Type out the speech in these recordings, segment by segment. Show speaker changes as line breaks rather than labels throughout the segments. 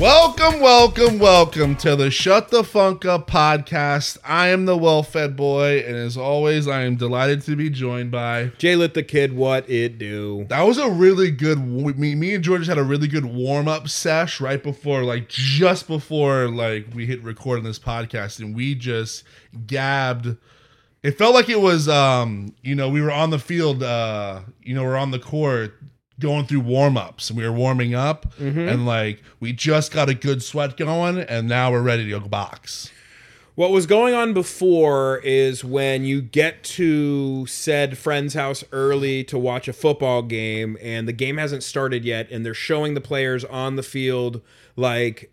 Welcome, welcome, welcome to the Shut the Funk Up podcast. I am the well fed boy, and as always, I am delighted to be joined by.
Jay let the kid what it do.
That was a really good. wa- Me, me and George had a really good warm up sesh right before, like just before, like we hit record on this podcast, and we just gabbed. It felt like it was, um, you know, we were on the field, uh, you know, we're on the court going through warm ups, and we were warming up, and like we just got a good sweat going, and now we're ready to go box.
What was going on before is when you get to said friend's house early to watch a football game and the game hasn't started yet and they're showing the players on the field like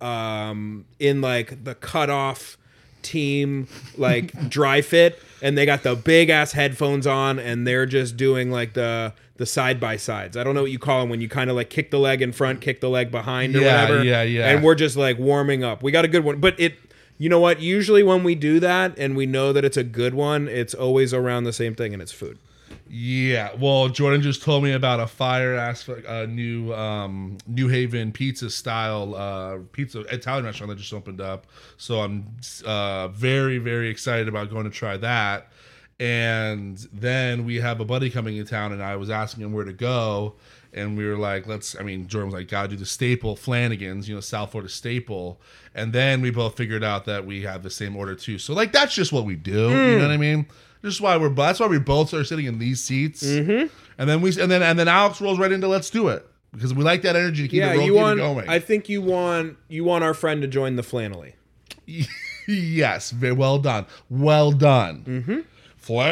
um in like the cutoff team like dry fit and they got the big ass headphones on and they're just doing like the the side by sides. I don't know what you call them when you kind of like kick the leg in front, kick the leg behind or
Yeah,
whatever.
yeah, yeah.
And we're just like warming up. We got a good one, but it. You know what? Usually when we do that and we know that it's a good one, it's always around the same thing and it's food.
Yeah, well, Jordan just told me about a fire ass uh, new um, New Haven pizza style uh, pizza Italian restaurant that just opened up. So I'm uh, very very excited about going to try that. And then we have a buddy coming in town, and I was asking him where to go, and we were like, let's. I mean, Jordan was like, gotta do the staple Flanagan's, you know, South Florida staple. And then we both figured out that we have the same order too. So like, that's just what we do. You know what I mean? Just why we're. That's why we both are sitting in these seats. Mm-hmm. And then we. And then and then Alex rolls right into let's do it because we like that energy to keep
yeah,
it, roll,
you
keep
want?
it going.
I think you want you want our friend to join the flannelly.
yes, very well done. Well done. Mm-hmm.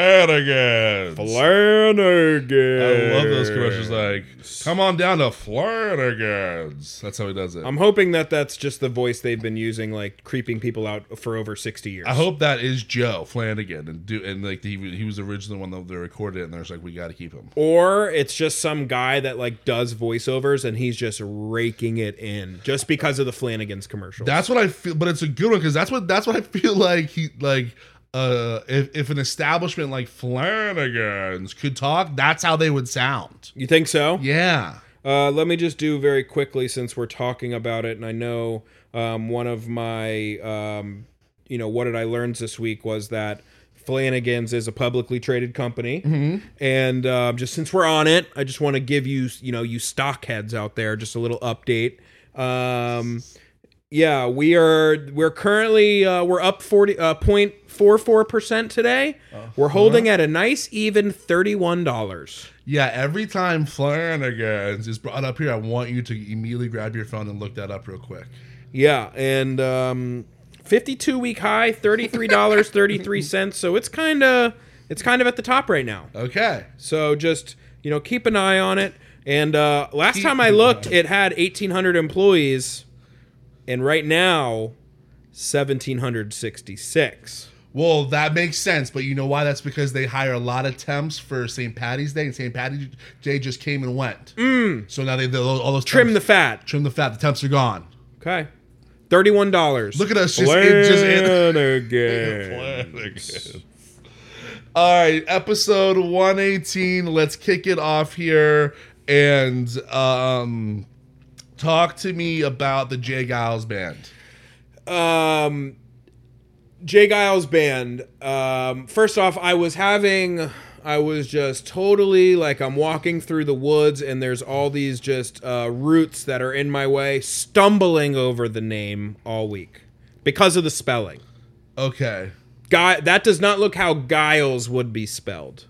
Flanagan.
Flanagan.
I love those commercials. Like, come on down to Flanagan's. That's how he does it.
I'm hoping that that's just the voice they've been using, like creeping people out for over 60 years.
I hope that is Joe Flanagan and do and like he he was originally the one that they recorded it and there's like we got to keep him.
Or it's just some guy that like does voiceovers and he's just raking it in just because of the Flanagan's commercial.
That's what I feel, but it's a good one because that's what that's what I feel like he like uh if if an establishment like Flanagan's could talk, that's how they would sound.
you think so?
Yeah.
Uh, let me just do very quickly since we're talking about it, and I know um, one of my, um, you know, what did I learn this week was that Flanagan's is a publicly traded company, and um, just since we're on it, I just want to give you, you know, you stockheads out there, just a little update. Um, yeah, we are. We're currently uh, we're up forty point four four percent today. We're holding at a nice even thirty one dollars.
Yeah, every time Flanagan's is brought up here, I want you to immediately grab your phone and look that up real quick.
Yeah, and um, 52 week high, $33.33, so it's kind of it's kind of at the top right now.
Okay.
So just, you know, keep an eye on it. And uh, last time I looked, it had 1800 employees and right now 1766.
Well, that makes sense, but you know why? That's because they hire a lot of temps for St. Patty's Day, and St. Patty's Day just came and went. Mm. So now they those, all those
Trim the
temps-
fat.
trim the fat. The temps are gone.
Okay. $31.
Look at us just it, just it.
Flanagan.
All right, episode one eighteen. Let's kick it off here and um, talk to me about the Jay Giles band.
um Jay Giles band. Um first off, I was having I was just totally like I'm walking through the woods and there's all these just uh roots that are in my way, stumbling over the name all week because of the spelling.
Okay.
Guy that does not look how Giles would be spelled.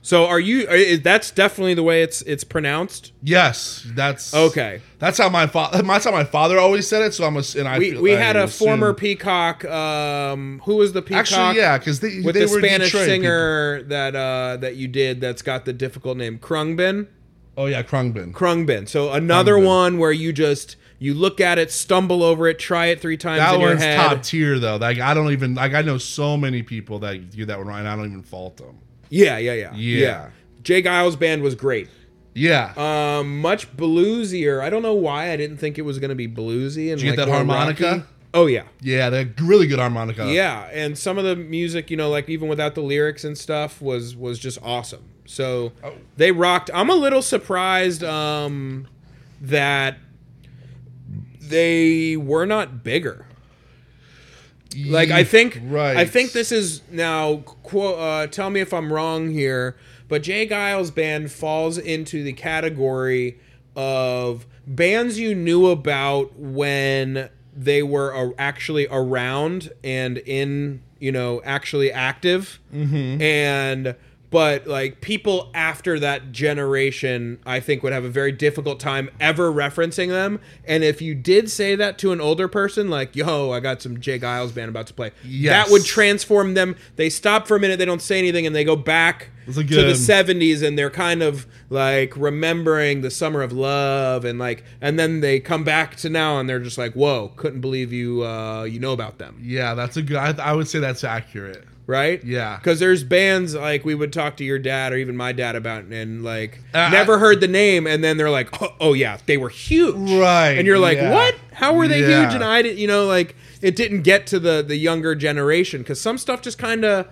So are you i- that's definitely the way it's it's pronounced.
Yes, that's
Okay.
That's how my father. That's how my father always said it. So I'm a, and I.
We
feel-
we
I
had a
assume-
former peacock um who was the peacock
Actually, yeah, because they,
with
they
the
were
Spanish
Detroit
singer that uh, that you did that's got the difficult name Krungbin.
people. Oh yeah, Krungbin.
Krungbin. So another
Krungbin.
one where you just you look at it, stumble over it, try it three times
That
in your
one's
head.
top tier though. Like I don't even like I know so many people that do that one right, and I don't even fault them.
Yeah, yeah, yeah,
Yeah.
Jay Giles band was great.
Yeah.
Um, much bluesier. I don't know why I didn't think it was going to be bluesy. And
Did you get
like,
that
more
harmonica?
rocky. Oh yeah.
yeah, they're really good harmonica.
yeah and some of the music you know like even without the lyrics and stuff was was just awesome so they rocked i'm a little surprised um that they were not bigger. Like I think,
Right.
I think this is now. Quote, uh, tell me if I'm wrong here, but Jay Giles band falls into the category of bands you knew about when they were a- actually around and in, you know, actually active, and but like people after that generation i think would have a very difficult time ever referencing them and if you did say that to an older person like yo i got some jay giles band about to play
Yes.
that would transform them they stop for a minute they don't say anything and they go back
It's like,
to the
um,
70s and they're kind of like remembering the summer of love and like and then they come back to now and they're just like whoa couldn't believe you uh you know about them
Yeah, that's a good. I, I would say that's accurate.
right?
Yeah.
Because there's bands like we would talk to your dad or even my dad about, and like
Uh,
never
I-
heard the name, and then they're like, oh, oh, yeah, they were huge,
Right,
And you're like,
yeah.
what? How were they
Yeah.
huge? And I didn't, you know, like it didn't get to the the younger generation because some stuff just kind of.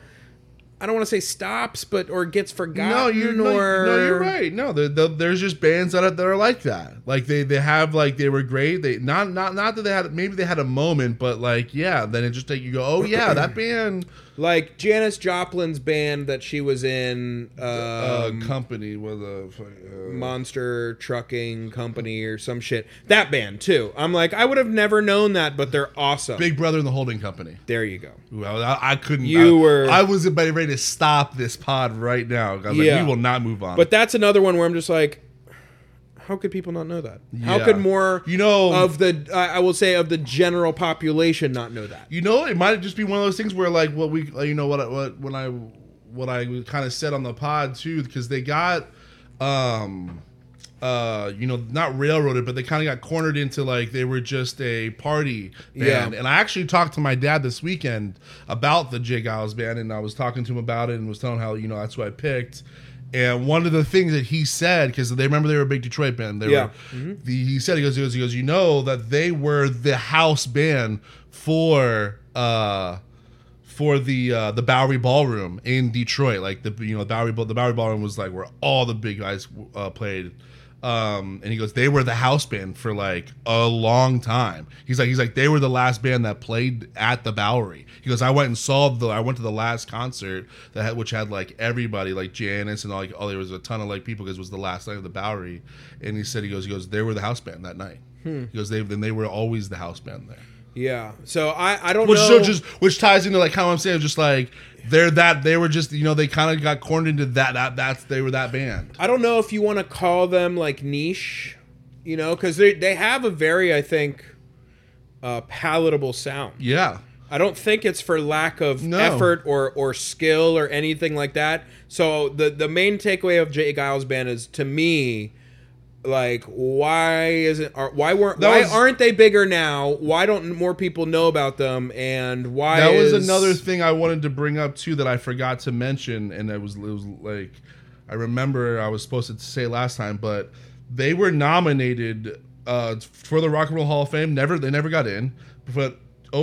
I don't want to say stops, but or gets forgotten.
No, you're no,
or
no, you're right. No, there- there- there's just bands that are, that are like that. Like they they have like they were great. They not not not that they had maybe they had a moment, but like yeah, then it just take you go. Oh yeah, that band
Like Janis Joplin's band that she was in, um,
uh, company was a uh,
monster trucking company or some shit. That band too. I'm like, I would have never known that, but they're awesome.
Big Brother and the Holding Company.
there you go.
Well, I, I couldn't.
You
I,
were-
I was about ready to stop this pod right now. I was
Yeah.
like, we will not move on.
But that's another one where I'm just like, how could people not know that? How
Yeah.
could more
you know,
of the I I will say of the general population not know that?
you know, it might just be one of those things where like what we, like, you know, what I- what when I what I kind of said on the pod too, because they got, um, uh, you know, not railroaded, but they kind of got cornered into like they were just a party band.
Yeah.
And I actually talked to my dad this weekend about the Jay Giles band, and I was talking to him about it and was telling how you know that's who I picked. And one of the things that he said, because they remember they were a big Detroit band, they
Yeah.
were the, he said he goes, he goes, he goes, you know that they were the house band for uh for the uh the Bowery Ballroom in Detroit. Like the you know the Bowery Ball- the Bowery Ballroom was like where all the big guys uh, played. Um, and he goes, they were the house band for like a long time. He's like, he's like, they were the last band that played at the Bowery. He goes, I went and saw the, I went to the last concert that had, which had like everybody, like Janice and all, like, oh, there was a ton of like people because it was the last night of the Bowery. And he said, he goes, he goes, they were the house band that night. He goes, they then they were always the house band there
Yeah. So I I don't
which
know.
so just which ties into like how I'm saying just like they're that they were just you know they kind of got cornered into that that that's they were that band.
I don't know if you want to call them like niche, you know, because they they have a very I think uh, palatable sound.
Yeah,
I don't think it's for lack of
No.
effort or or skill or anything like that. So the the main takeaway of Jay Giles band is to me like why isn't are, why weren't
That
why
was-
aren't they bigger now? Why don't more people know about them and why
that was
is-
another thing I wanted to bring up too that I forgot to mention, and it was it was like I remember I was supposed to say last time, but they were nominated uh, for the Rock and Roll Hall of Fame. Never they never got in, but.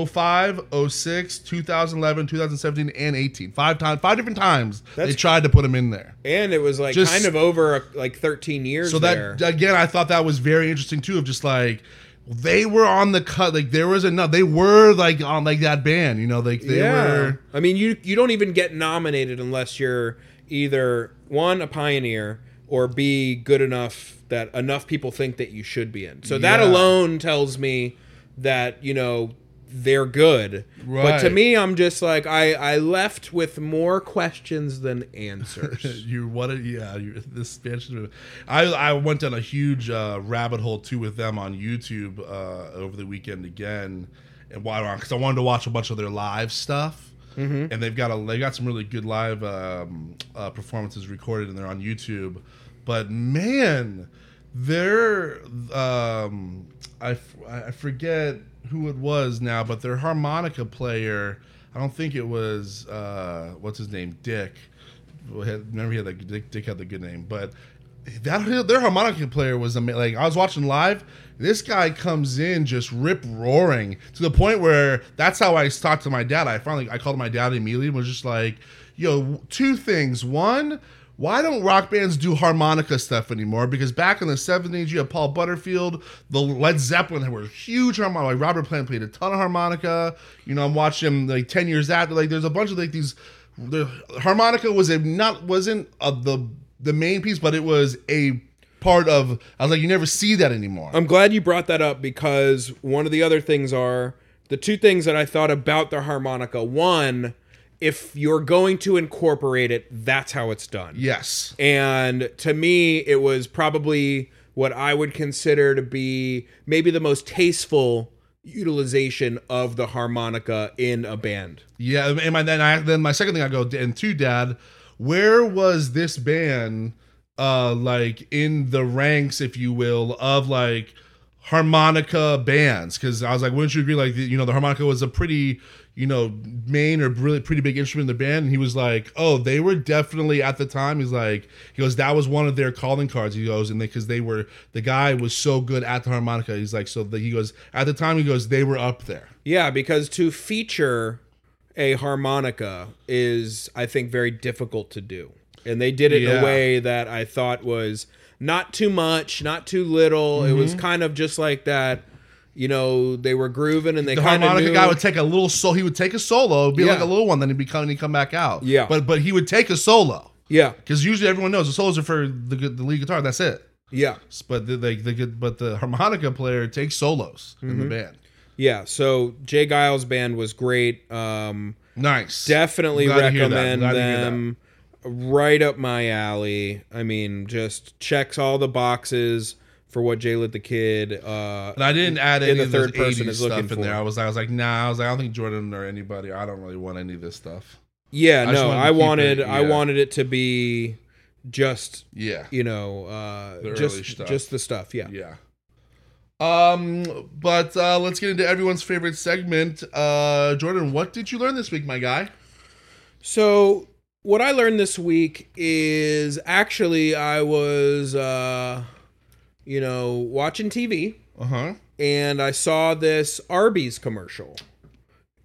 05, 06, 2011, 2017, and 18. Five times, five different times they
That's-
tried to put them in there.
and it was like
Just-
kind of over uh, like 13 years
So that
there.
again, I thought that was very interesting too. Of just like they were on the cut, like there was enough. They were like on like that band, you know, like they were.
I mean, you you don't even get nominated unless you're either one a pioneer or B good enough that enough people think that you should be in. So that
Yeah.
alone tells me that you know they're good. But to
Right.
me, I'm just like I I left with more questions than answers.
You what? A, yeah, you, this expansion. I I went down a huge uh, rabbit hole too with them on YouTube uh, over the weekend again, and why? Because I wanted to watch a bunch of their live stuff. And they've got a they got some really good live um, uh, performances recorded and they're on YouTube, but man, their um I, f- I forget who it was now but their harmonica player i don't think it was uh what's his name dick Well, had- remember he had the dick, dick had the good name but that their harmonica player was ama- like i was watching live this guy comes in just rip roaring to the point where that's how i talked to my dad i finally i called my dad immediately and was just like yo two things one why don't rock bands do harmonica stuff anymore? Because back in the 70s, you had Paul Butterfield, the Led Zeppelin were huge harmonica. Like Robert Plant played a ton of harmonica. You know, I'm watching him like 10 years after. Like there's a bunch of like these the harmonica was a not wasn't a, the the main piece, but it was a part of I was like, you never see that anymore.
I'm glad you brought that up because one of the other things are the two things that I thought about the harmonica. One, if you're going to incorporate it, that's how it's done.
yes.
And to me, it was probably what I would consider to be maybe the most tasteful utilization of the harmonica in a band.
Yeah, and my, then I then my second thing I go and two dad, where was this band uh like in the ranks if you will of like harmonica bands cuz I was like wouldn't you agree like you know the harmonica was a pretty you know main or really pretty big instrument in the band and he was like oh they were definitely at the time he's like he goes that was one of their calling cards he goes and they cuz they were the guy was so good at the harmonica he's like so the, he goes at the time he goes they were up there
Yeah, because to feature a harmonica is, I think, very difficult to do. And they did it in
Yeah.
a way that I thought was not too much, not too little. It was
Mm-hmm.
kind of just like that. You know, they were grooving and they
the
kind of
harmonica
knew.
guy would take a little solo. He would take a solo, it'd be
Yeah.
like a little one, then he'd be coming, he'd come back out.
Yeah.
but but he would take a solo
yeah,
because usually everyone knows the solos are for the gu- the lead guitar. That's it.
yeah.
S- But the, the, the gu- but the harmonica player takes solos in
Mm-hmm.
the band.
Yeah, so Jay Giles band was great. Um,
Nice.
definitely
Glad to hear that.
recommend
Glad to hear
them. Right up my alley. I mean, just checks all the boxes for what Jay Lit the Kid. Uh,
and I didn't add any
the
of third
third person
person
is
stuff
looking
in there.
for.
I was I was like, nah. I was like, I don't think Jordan or anybody. I don't really want any of this stuff.
yeah,
just
no,
wanted to
I
keep
wanted,
it,
I
yeah.
wanted it to be just
Yeah.
you know, uh,
The early
just
stuff.
just the stuff. Yeah,
Yeah. Um, but uh, let's get into everyone's favorite segment. Uh, Jordan, what did you learn this week, my guy?
So what I learned this week is actually I was, uh, you know, watching TV.
Uh
Uh-huh.
huh.
and I saw this Arby's commercial.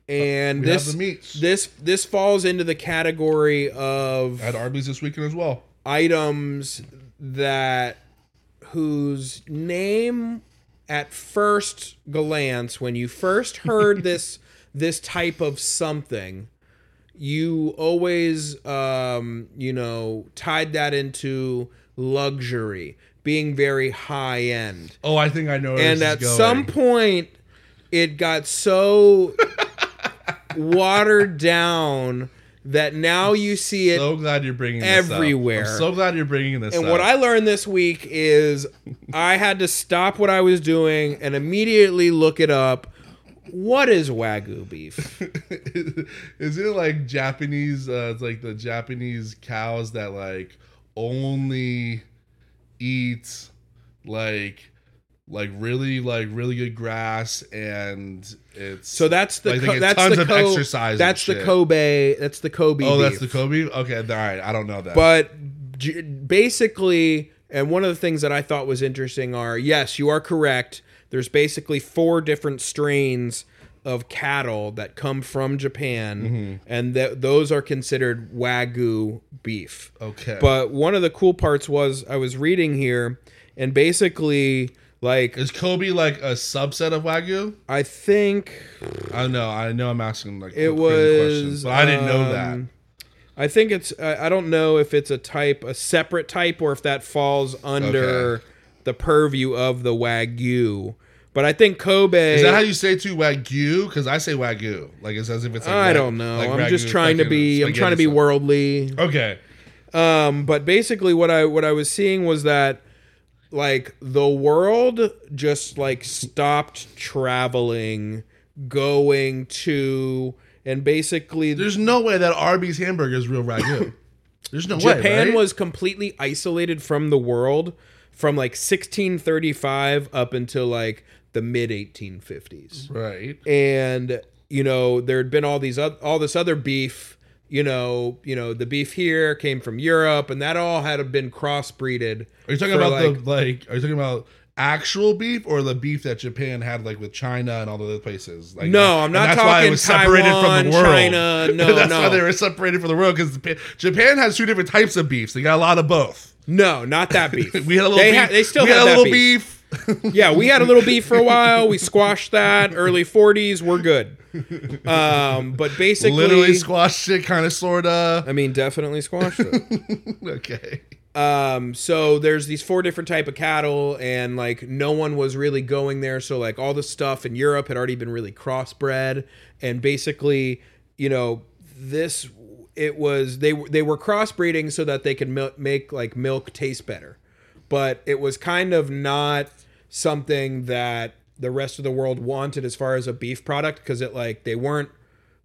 And
We have
this
the meats
this this falls into the category of
at Arby's this weekend as well.
items that whose name at first glance when you first heard this this type of something you always um you know tied that into luxury being very high end
Oh, I think I know. Where
and
this
at
is
some
going.
point it got so watered down that now you see it
so glad you're bringing this up.
everywhere.
I'm so glad you're bringing this.
and
up.
what i learned this week is i had to stop what i was doing and immediately look it up what is wagyu beef
is it like Japanese? Uh, it's like the Japanese cows that like only eat like like really like really good grass and it's
so that's the
Like, they
co-
get
that's
tons
the
of
co-
exercise and
that's the
shit.
kobe that's the kobe
oh that's
beef.
the Kobe. Okay, all right. I don't know that.
But j- basically, and one of the things that I thought was interesting are yes, you are correct. There's basically four different strains of cattle that come from Japan, and that those are considered wagyu beef.
okay,
But one of the cool parts was I was reading here, and basically, like
is Kobe like a subset of Wagyu?
I think
I know, I know. I'm asking like
it
crazy
was,
but I didn't know that.
um, I think it's. I I don't know if it's a type, a separate type, or if that falls under
Okay.
the purview of the wagyu. But I think Kobe.
Is that how you say it too wagyu? Because I say wagyu, like it's as if it's. Like
I
ra-
don't know.
like
I'm
ragu
just trying to
fucking
be. I'm trying to be
spaghetti
worldly.
stuff. Okay.
Um, but basically, what I what I was seeing was that like the world just like stopped traveling, going to, and basically
There's no way that Arby's hamburger is real wagyu. There's no way.
Japan
right?
was completely isolated from the world from like 1635 up until like the mid 1850s.
right.
And you know, there'd been all these oth- all this other beef, you know, you know, the beef here came from Europe and that all had been crossbreeded.
Are you talking
for,
about
like,
the like? Are you talking about actual beef or the beef that Japan had like with China and all the other places? Like,
No, I'm
and
not
that's
talking
why it was separated
Taiwan,
from the world.
China, no,
that's
no.
why they were separated from the world because Japan has two different types of beefs. They got a lot of both.
No, not that beef.
We had a little.
They
beef.
ha- they still
we
had
had a
that
little
beef.
beef.
Yeah, we had a little beef for a while. We squashed that. Early 40s, we're good. Um, but basically,
Literally squashed it, kind of, sorta.
I mean, definitely squashed it.
Okay.
um so there's these four different type of cattle and like no one was really going there so like all the stuff in europe had already been really crossbred and basically you know this it was they were- they were crossbreeding so that they could mil- make like milk taste better but it was kind of not something that the rest of the world wanted as far as a beef product because it like they weren't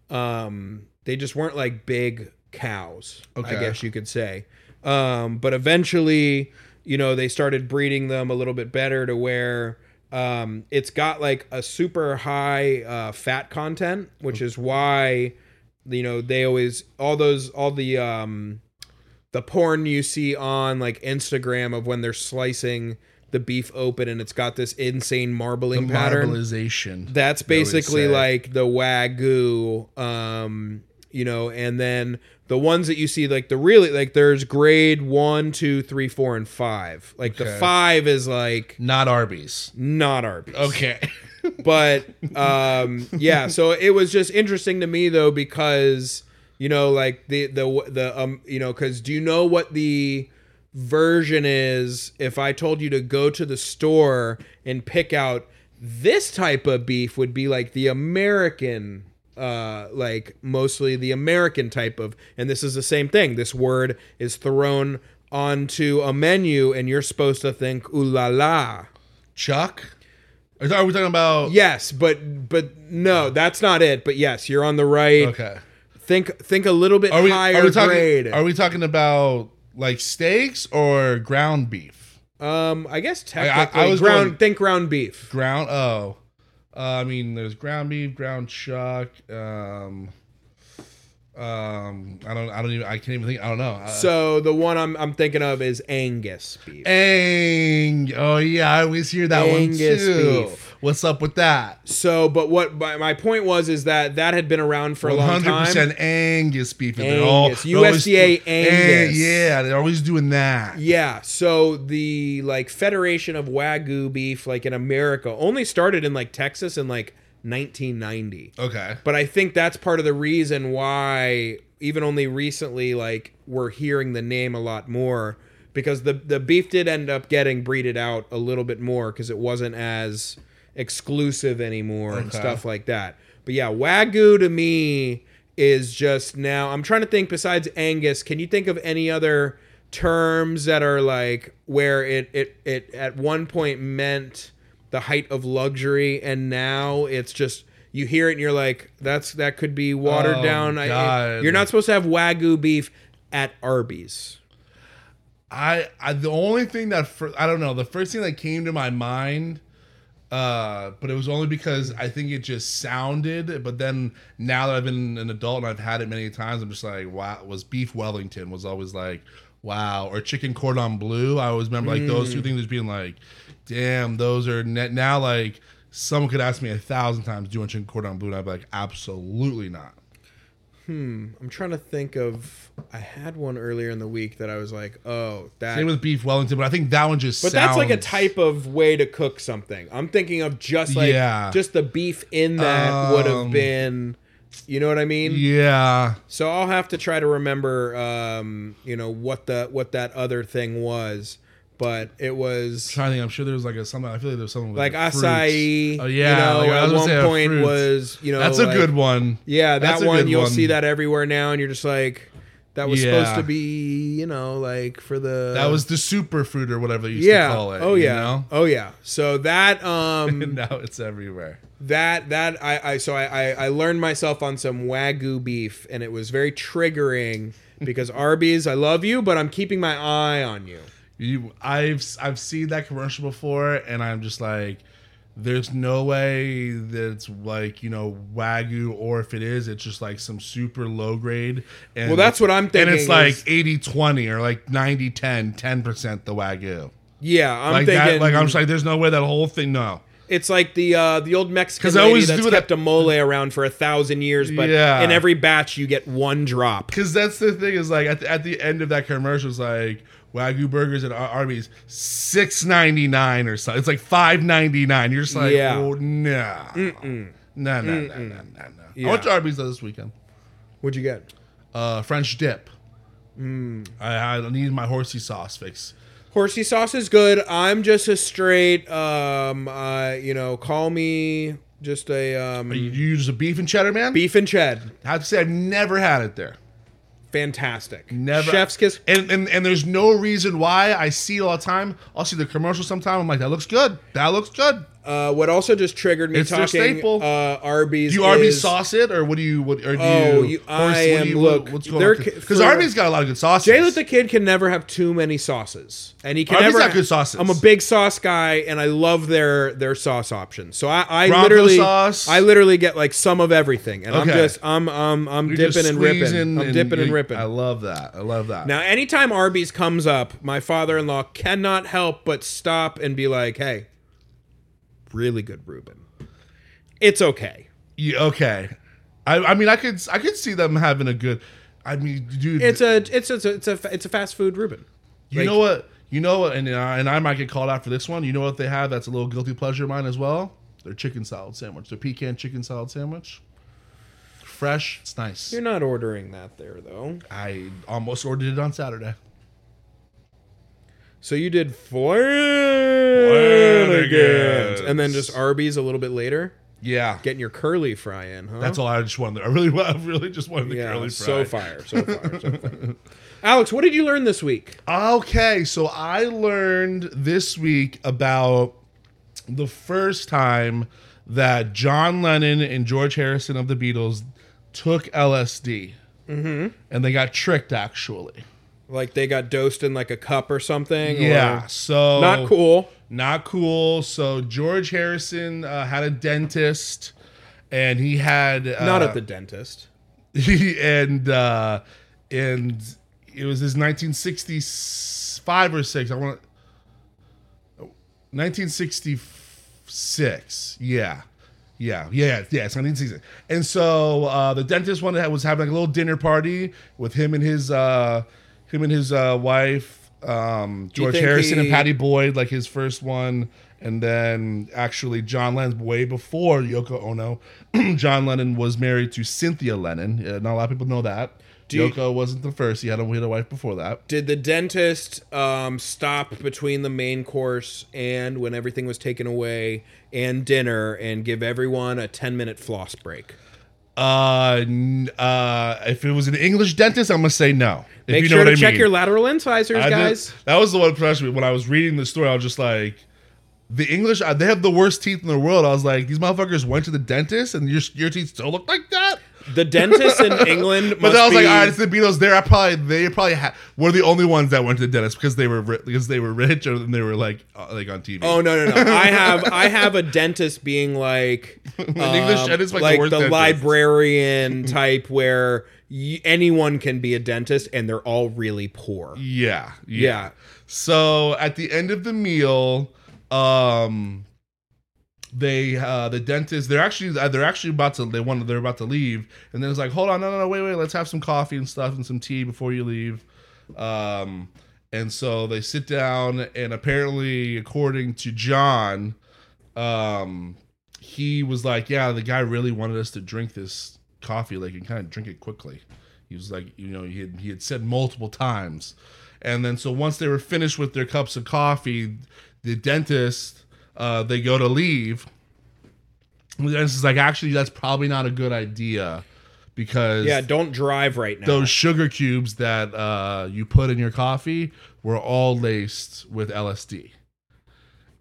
um they just weren't like big cows i
Okay.
guess you could say um but eventually you know they started breeding them a little bit better to where um it's got like a super high uh fat content which is why you know they always all those all the um the porn you see on like instagram of when they're slicing the beef open and it's got this insane marbling pattern
Marbleization.
that's basically
say.
like the wagyu, um, you know, and then the ones that you see, like the really, like there's grade one, two, three, four, and five. Like the
Okay.
five is like
Not Arby's.
not Arby's.
Okay.
But um, yeah, so it was just interesting to me though because you know, like the the the um, you know, because do you know what the version is if I told you to go to the store and pick out this type of beef would be like the American uh like mostly the American type of and this is the same thing this word is thrown onto a menu and you're supposed to think ooh la la
Chuck. Are we talking about?
Yes, but but no, that's not it. But yes, you're on the right.
Okay.
Think think a little bit
Are we,
higher
are we talking?
grade.
Are we talking about like steaks or ground beef?
um, I guess
I-
technically
I was
ground.
going-
think ground beef.
Ground. Oh, uh, I mean, there's ground beef, ground chuck. Um, um, I don't. I don't even. I can't even think. I don't know. Uh,
So the one I'm I'm thinking of is Angus beef.
Ang. Oh yeah, I always hear that
Angus
one too.
beef.
What's up with that?
so, but what my, my point was is that that had been around for a
One
long
hundred
time.
percent Angus beef. And they're all
Angus.
they're always-
USDA Angus.
yeah, they're always doing that.
Yeah, so the like Federation of Wagyu beef like in America only started in like Texas in like 1990.
Okay.
But I think that's part of the reason why even only recently like we're hearing the name a lot more because the the beef did end up getting breeded out a little bit more because it wasn't as exclusive anymore and
Okay.
stuff like that. But yeah, wagyu to me is just now I'm trying to think besides Angus, can you think of any other terms that are like where it it it at one point meant the height of luxury and now it's just you hear it and you're like that's that could be watered
Oh,
down I-
God.
you're not supposed to have wagyu beef at arby's
I, I the only thing that fir- I don't know the first thing that came to my mind, uh, but it was only because I think it just sounded. But then now that I've been an adult and I've had it many times, I'm just like, wow. Was beef Wellington was always like, wow, or chicken cordon bleu. I always remember like those
Mm.
two things just being like, damn, those are net now like. Someone could ask me a thousand times, "Do you want chicken cordon bleu?" And I'd be like, "Absolutely not."
i'm trying to think of i had one earlier in the week that i was like oh that
Same with beef Wellington, but I think that one just.
But that's like a
sounds-
type of way to cook something. I'm thinking of just like
Yeah.
just the beef in that would have
Um,
been you know what I mean?
Yeah.
So I'll have to try to remember um, you know, what the what that other thing was. But it was
trying to think. I'm sure there was like a something. I feel like there was something with
like
the fruits.
acai.
Oh yeah,
you
like,
know,
I was
at
gonna say,
one
uh,
point
fruits.
was you know
That's a
like-
good one.
Yeah, that
That's a
one
good
you'll
one.
see that everywhere now, and you're just like, that was supposed
Yeah.
to be you know like for the
That was the super fruit or whatever they used
yeah
to call it.
oh
you
yeah
know?
oh yeah so that um
And now it's everywhere.
that that I, I so I, I I learned myself on some wagyu beef and it was very triggering because Arby's I love you but I'm keeping my eye on you.
You, I've I've seen that commercial before, and I'm just like, there's no way that's like you know wagyu, or if it is, it's just like some super low grade. And
Well, that's what I'm
And
thinking
it's like
is-
80 20 or like 90 10, 10 percent the wagyu.
Yeah, I'm
Like
thinking
that, like I'm just like, there's no way that whole thing. No,
it's like the uh, the old Mexican
'Cause I
lady
always
that's
do that-
kept a mole around for a thousand years, but
Yeah.
in every batch you get one drop.
because that's the thing is like at the, at the end of that commercial it's like Wagyu burgers at Ar- Arby's six ninety nine or something. It's like five ninety nine. You're just like,
Yeah.
oh no, no, no, no, no, no, no. I went to Arby's this weekend.
What'd you get?
Uh, French dip. I, I need my horsey sauce fix.
Horsey sauce is good. I'm just a straight, um, uh, you know, call me just a um,
You use a beef and cheddar, man.
beef and ched.
I have to say, I've never had it there.
Fantastic.
Never.
Chef's kiss.
And, and and there's no reason why I see it all the time. I'll see the commercial sometime. I'm like, that looks good. That looks good.
Uh, what also just triggered me
It's their
talking
staple.
Uh, Arby's.
Do you Arby's
is-
sauce it, or what do you? What or do
Oh,
you?
you- I am- look,
what's
they're
going on?
ca-
Because
for-
Arby's got a lot of good sauces.
Jalen the kid can never have too many sauces, and he can
Arby's
never
Oh, got good sauces.
I'm a big sauce guy, and I love their their sauce options. So I, I
Bronco
literally,
sauce.
I literally get like some of everything, and I'm
Okay.
just I'm I'm I'm
You're just
dipping and ripping.
squeezing
I'm dipping and
you-
ripping.
I love that. I love that.
now, anytime Arby's comes up, my father-in-law cannot help but stop and be like, "Hey, really good Reuben. It's okay.
Yeah, okay. I, I mean, I could I could see them having a good. I mean, dude,
It's a it's a it's a it's a fast food Reuben.
you
like-
know what? You know what? And uh, and I might get called out for this one. You know what they have? That's a little guilty pleasure of mine as well. Their chicken salad sandwich. Their pecan chicken salad sandwich. Fresh. It's nice.
You're not ordering that there though.
I almost ordered it on Saturday.
So you did Flanagan's, and then just Arby's a little bit later,
Yeah.
getting your curly fry in, huh?
That's all I just wanted. I really, I really just wanted the
yeah,
curly fry.
so fire, so fire, so fire. Alex, what did you learn this week?
Okay, so I learned this week about the first time that John Lennon and George Harrison of the Beatles took LSD.
Mm-hmm.
And they got tricked, actually.
Like they got dosed in like a cup or something? or-
Yeah, so
not cool.
not cool. So George Harrison uh, had a dentist, and he had uh,
Not at the dentist.
he and uh and it was his 1965 or 6 i want 1966 yeah yeah, yeah, yeah. It's 1966, and so uh, the dentist one was having like a little dinner party with him and his uh, him and his uh, wife, um,
you
George
think
Harrison and
he-
Patty Boyd, like his first one, and then actually John Lennon's way before Yoko Ono. John Lennon was married to Cynthia Lennon. Uh, not a lot of people know that.
you-
Yoko wasn't the first. He had a, he had a wife before that.
Did the dentist um, stop between the main course and when everything was taken away and dinner and give everyone a 10 minute floss break?
Uh, n- uh, if it was an English dentist, I'm gonna say no. If
Make
you know
sure
what
to
I
check
mean.
your lateral incisors,
I did-
guys.
that was the one impression me when I was reading the story. I was just like, the English, uh, they have the worst teeth in the world. I was like, these motherfuckers went to the dentist, and your your teeth still look like that.
The dentist in England.
But
must
then I was
be-
like, all right, it's the Beatles. There, I probably they probably ha- were the only ones that went to the dentist because they were ri- because they were rich or they were like uh, like on TV.
Oh no no no! I have I have a dentist being like
English
um,
dentist, like, the
like the,
worst dentist.
librarian type where y- anyone can be a dentist and they're all really poor.
yeah, yeah.
Yeah,
So at the end of the meal, um, they uh, the dentist they're actually uh, they're actually about to they want they're about to leave, and then it's like, hold on, no, no, no, wait, wait, let's have some coffee and stuff and some tea before you leave. Um, and so they sit down, and apparently, according to John, um, he was like, yeah, the guy really wanted us to drink this coffee, like and kind of drink it quickly. He was like, you know, he had, he had said multiple times. And then so once they were finished with their cups of coffee, the dentist, uh, they go to leave. And the dentist is like, actually, that's probably not a good idea because
yeah. Don't drive right now.
those sugar cubes that uh, you put in your coffee were all laced with LSD.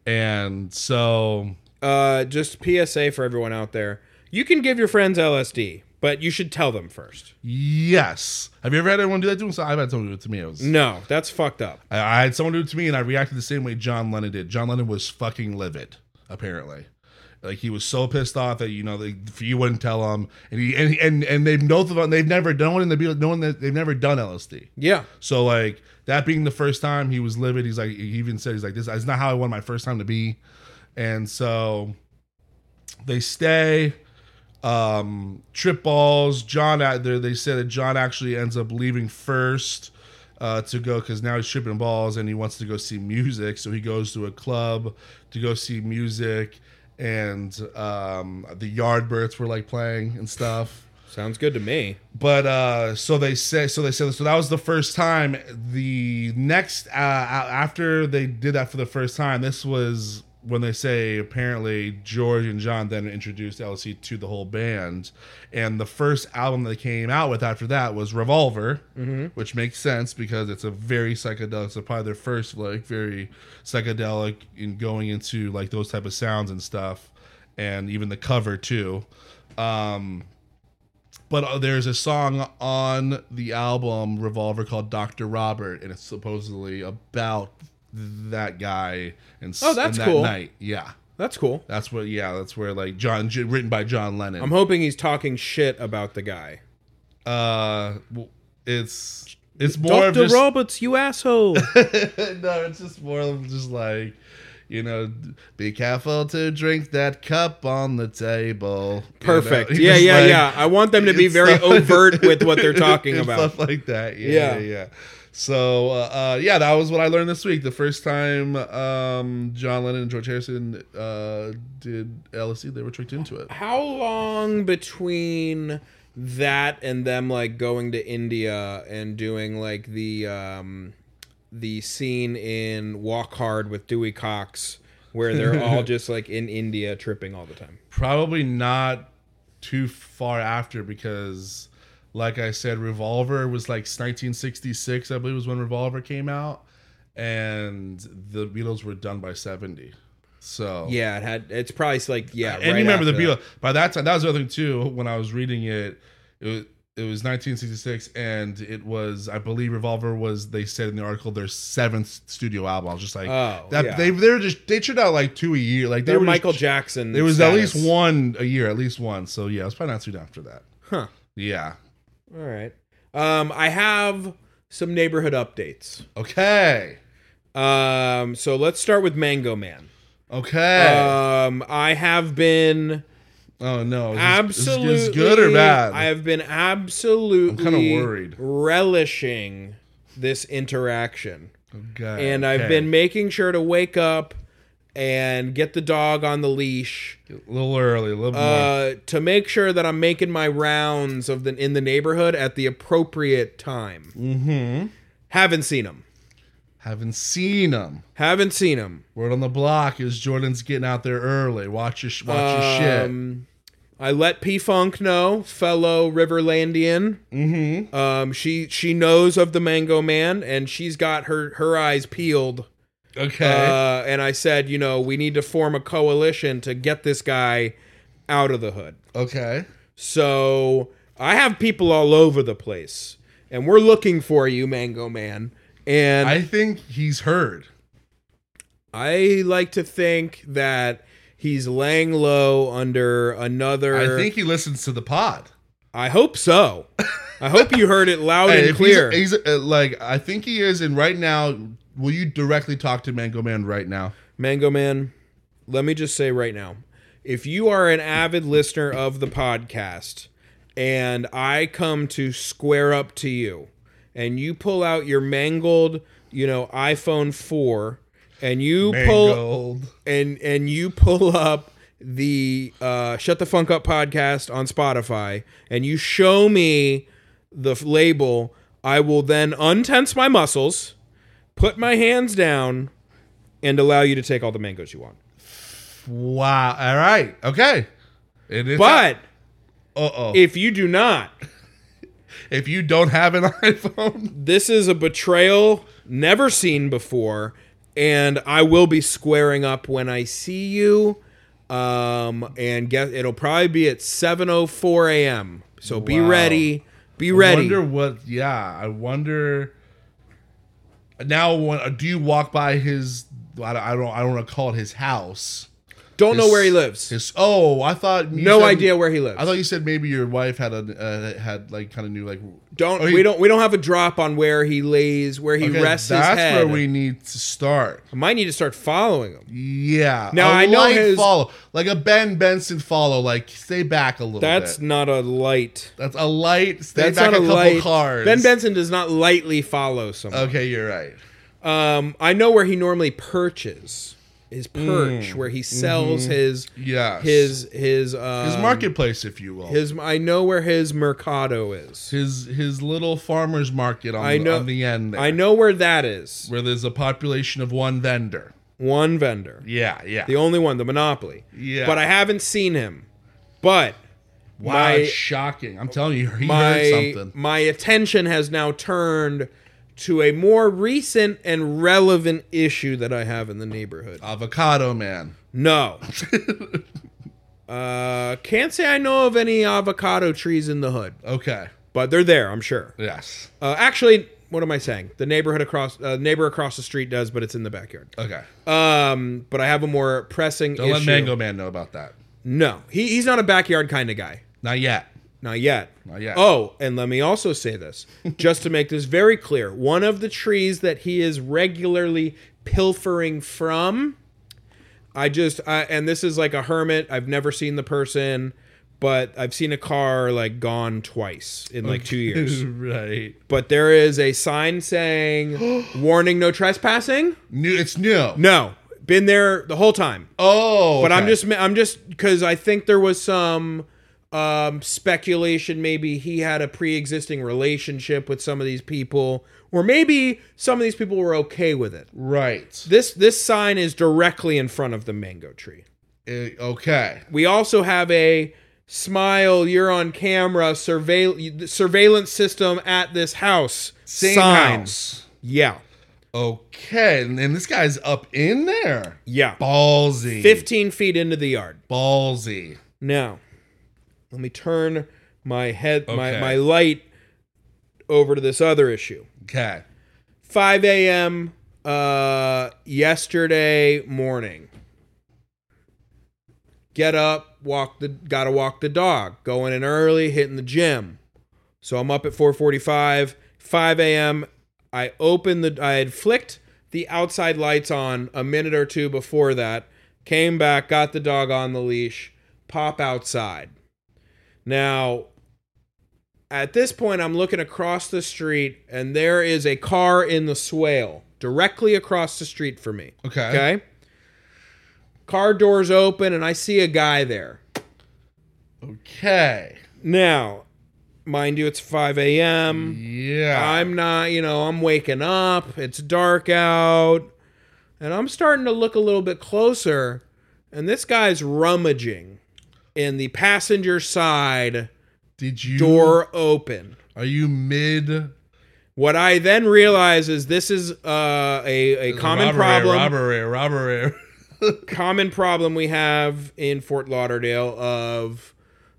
And so
uh, just PSA for everyone out there: you can give your friends LSD, but you should tell them first.
Yes. Have you ever had anyone do that to himself? I've had someone do it to me. It was,
No, that's fucked up.
I, I had someone do it to me, and I reacted the same way John Lennon did. John Lennon was fucking livid, apparently. Like he was so pissed off that you know they, you wouldn't tell him, and he and and and they've both of them they've never no one in the Beatles, no one that they've never done LSD.
Yeah,
So like That being the first time, he was livid. He's like, he even said, he's like, this is not how I wanted my first time to be. And so they stay. Um, trip balls. John out there. They said that John actually ends up leaving first uh, to go because now he's tripping balls and he wants to go see music. So he goes to a club to go see music, and um, the Yardbirds were like playing and stuff.
Sounds good to me.
But uh, so they say, so they said, so that was the first time. The next uh, a- after they did that for the first time, this was when they say apparently George and John then introduced LC to the whole band, and the first album they came out with after that was Revolver, which makes sense because it's a very psychedelic. So probably their first like very psychedelic in going into like those type of sounds and stuff, and even the cover too. Um, but uh, there's a song on the album Revolver called Dr. Robert, and it's supposedly about that guy and, s-
Oh, that's
and that
cool.
night. Yeah,
That's cool.
that's what. Yeah, that's where like John J- written by John Lennon.
I'm hoping he's talking shit about the guy.
uh, w- it's it's more of just
Roberts, you asshole.
no, it's just more of just like. You know, d- be careful to drink that cup on the table. You know,
Perfect.
just
Yeah, yeah,
like-
yeah. I want them to be
It's
very
stuff-
overt with what they're talking
It's
about.
stuff like that yeah
Yeah.
yeah, yeah. so uh, uh, yeah that was what i learned this week the first time um, john lennon and george harrison uh, did lsd they were tricked into it
How long between that and them like going to India and doing like the um the scene in Walk Hard with Dewey Cox where they're all just like in India tripping all the time.
probably not too far after because like i said revolver was like 1966 i believe was when revolver came out and the beatles were done by 70 so
Yeah, it had it's probably like yeah,
and
right
you remember the
after that.
Beatles. By that time, that was the other thing too. When I was reading it, it was, it was 1966, and it was I believe Revolver was they said in the article their seventh studio album. I was just like,
Oh,
that
yeah.
they they were just they turned out like two a year. Like they
They're
were just-
Michael Jackson.
There was
status.
at least one a year, at least one. So yeah, it's probably not soon after that.
Huh.
Yeah.
All right. Um I have some neighborhood updates.
Okay.
Um so let's start with Mango Man.
Okay.
Um I have been
oh no. Is this- is this
absolutely
good or bad?
I have been absolutely
worried.
relishing this interaction,
okay.
and I've
okay.
been making sure to wake up and get the dog on the leash
a little early, a little more.
uh, to make sure that I'm making my rounds of the in the neighborhood at the appropriate time. Mm-hmm. Haven't seen him.
Haven't seen them.
Haven't seen him.
Word on the block is Jordan's getting out there early. Watch your sh- watch your shit.
Um, I let P Funk know, fellow Riverlandian. Mm-hmm. Um, she she knows of the Mango Man, and she's got her her eyes peeled.
Okay.
Uh, and I said, you know, we need to form a coalition to get this guy out of the hood.
okay.
So I have people all over the place, and we're looking for you, Mango Man. And
I think he's heard.
I like to think that he's laying low under another.
I think he listens to the pod.
I hope so. I hope you heard it loud
Hey,
and
if
clear.
He's, he's, uh, like I think he is, and right now, will you directly talk to Mango Man right now?
Mango Man, let me just say right now if you are an avid listener of the podcast and I come to square up to you and you pull out your mangled, you know, iPhone 4 and you pull
Mangled.
and and you pull up the uh, Shut the Funk Up podcast on Spotify, and you show me the f- label, I will then untense my muscles, put my hands down, and allow you to take all the mangoes you want.
Wow. All right. Okay. It is.
But
uh oh,
if you do not,
if you don't have an iPhone,
this is a betrayal never seen before, and I will be squaring up when I see you. Um, and guess it'll probably be at seven oh four a.m. So be
Wow.
ready, be
I
ready.
wonder what. Yeah, I wonder. uh, Now, when, do you walk by his? I don't. I don't, I don't want to call it his house.
Don't know
His-
where he lives.
His, oh, I thought you
no
said-
idea where he lives.
I thought you said maybe your wife had a uh, had like kind of knew like
don't
Oh, he-
we don't we don't have a drop on where he lays, where he
Okay,
rests his
that's
head.
where we need to start.
I might need to start following him.
Yeah.
Now,
a
I know
light
his-
follow like a Ben Benson follow. Like stay back a little.
That's
bit.
not a light.
that's a light. Stay
That's
back
not
a,
a,
couple
light.
cards.
Ben Benson does not lightly follow someone.
Okay, you're right.
Um, I know where he normally perches. His perch, where he sells his
Mm, mm-hmm. Yes.
his his um,
his marketplace, if you will.
His I know where his mercado is.
his his little farmer's market on,
I
the-
know-
on the end there,
I know where that is.
where there's a population of one vendor.
One vendor,
Yeah, yeah.
the only one, the monopoly.
Yeah.
But I haven't seen him. But
wow,
my-
it's shocking. I'm telling you, he heard
my
something.
my attention has now turned to a more recent and relevant issue that I have in the neighborhood.
Avocado man.
No. uh can't say I know of any avocado trees in the hood,
Okay.
but they're there, I'm sure.
Yes.
Uh, actually, what am I saying? The neighborhood across uh, neighbor across the street does, but it's in the backyard.
Okay.
Um, but I have a more pressing
Don't let
issue.
Mango Man know about that.
No, he, he's not a backyard kind of guy.
Not yet.
Not yet.
Not yet.
Oh, and let me also say this, just to make this very clear: one of the trees that he is regularly pilfering from. I just, I, and this is like a hermit. I've never seen the person, but I've seen a car like gone twice in like two years.
right.
But there is a sign saying "Warning: No trespassing."
New. It's new.
No, been there the whole time.
Oh,
But I'm
okay.
just I'm just because I think there was some um, speculation maybe he had a pre-existing relationship with some of these people, or maybe some of these people were okay with it.
right.
This this sign is directly in front of the mango tree.
Eh, okay.
We also have a smile you're on camera surveil surveillance system at this house
Same
sign.
house.
Yeah,
Okay, and, and this guy's up in there.
yeah.
Ballsy.
15 feet into the yard.
Ballsy.
Now, let me turn my head, my,
Okay.
my light over to this other issue.
Okay.
5 a.m. Uh, yesterday morning. Get up, walk the, gotta walk the dog. Going in early, hitting the gym. So I'm up at 4:45, 5 a.m. I opened the, I had flicked the outside lights on a minute or two before that. Came back, got the dog on the leash, pop outside. Now, at this point, I'm looking across the street, and there is a car in the swale directly across the street for me.
Okay.
Okay. Car doors open, and I see a guy there.
Okay.
Now, mind you, it's 5 a.m.
Yeah.
I'm not, you know, I'm waking up. It's dark out. And I'm starting to look a little bit closer. And this guy's rummaging in the passenger side
Did you?
door open.
Are you mid?
What I then realize is this is uh, a, a common
robbery,
problem.
Robbery. Robbery.
Common problem we have in Fort Lauderdale of,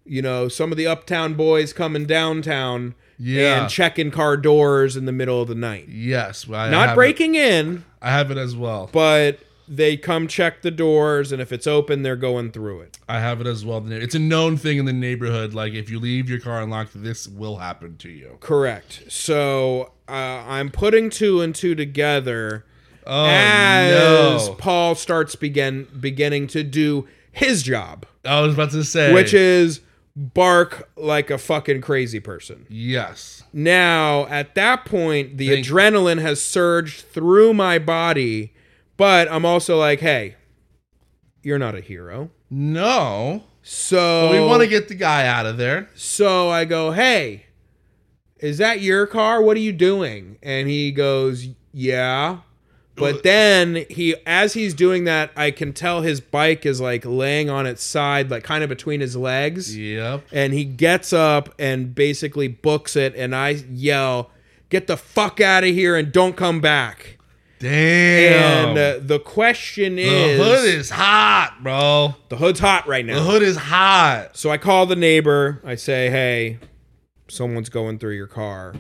you know, some of the uptown boys coming downtown
Yeah.
and checking car doors in the middle of the night.
yes. well, I have
Not
it-
breaking in,
I have it as well.
but they come check the doors, and if it's open, they're going through it.
I have it as well. It's a known thing in the neighborhood. Like if you leave your car unlocked, this will happen to you.
Correct. So uh, I'm putting two and two together
Oh
as
no!
Paul starts begin beginning to do his job,
I was about to say.
which is bark like a fucking crazy person.
yes.
Now, at that point, the
Thank-
adrenaline has surged through my body, but I'm also like, hey, you're not a hero.
No.
So
We want to get the guy out of there.
So I go, "Hey, is that your car? What are you doing?" And he goes, "Yeah." But then he as he's doing that, I can tell his bike is like laying on its side like kind of between his legs,
Yep.
and he gets up and basically books it and I yell, "Get the fuck out of here and don't come back."
Damn.
And uh, the question
the
is
hood is hot, bro.
the hood's hot right now.
The hood is hot.
So I call the neighbor. I say, "Hey, someone's going through your car."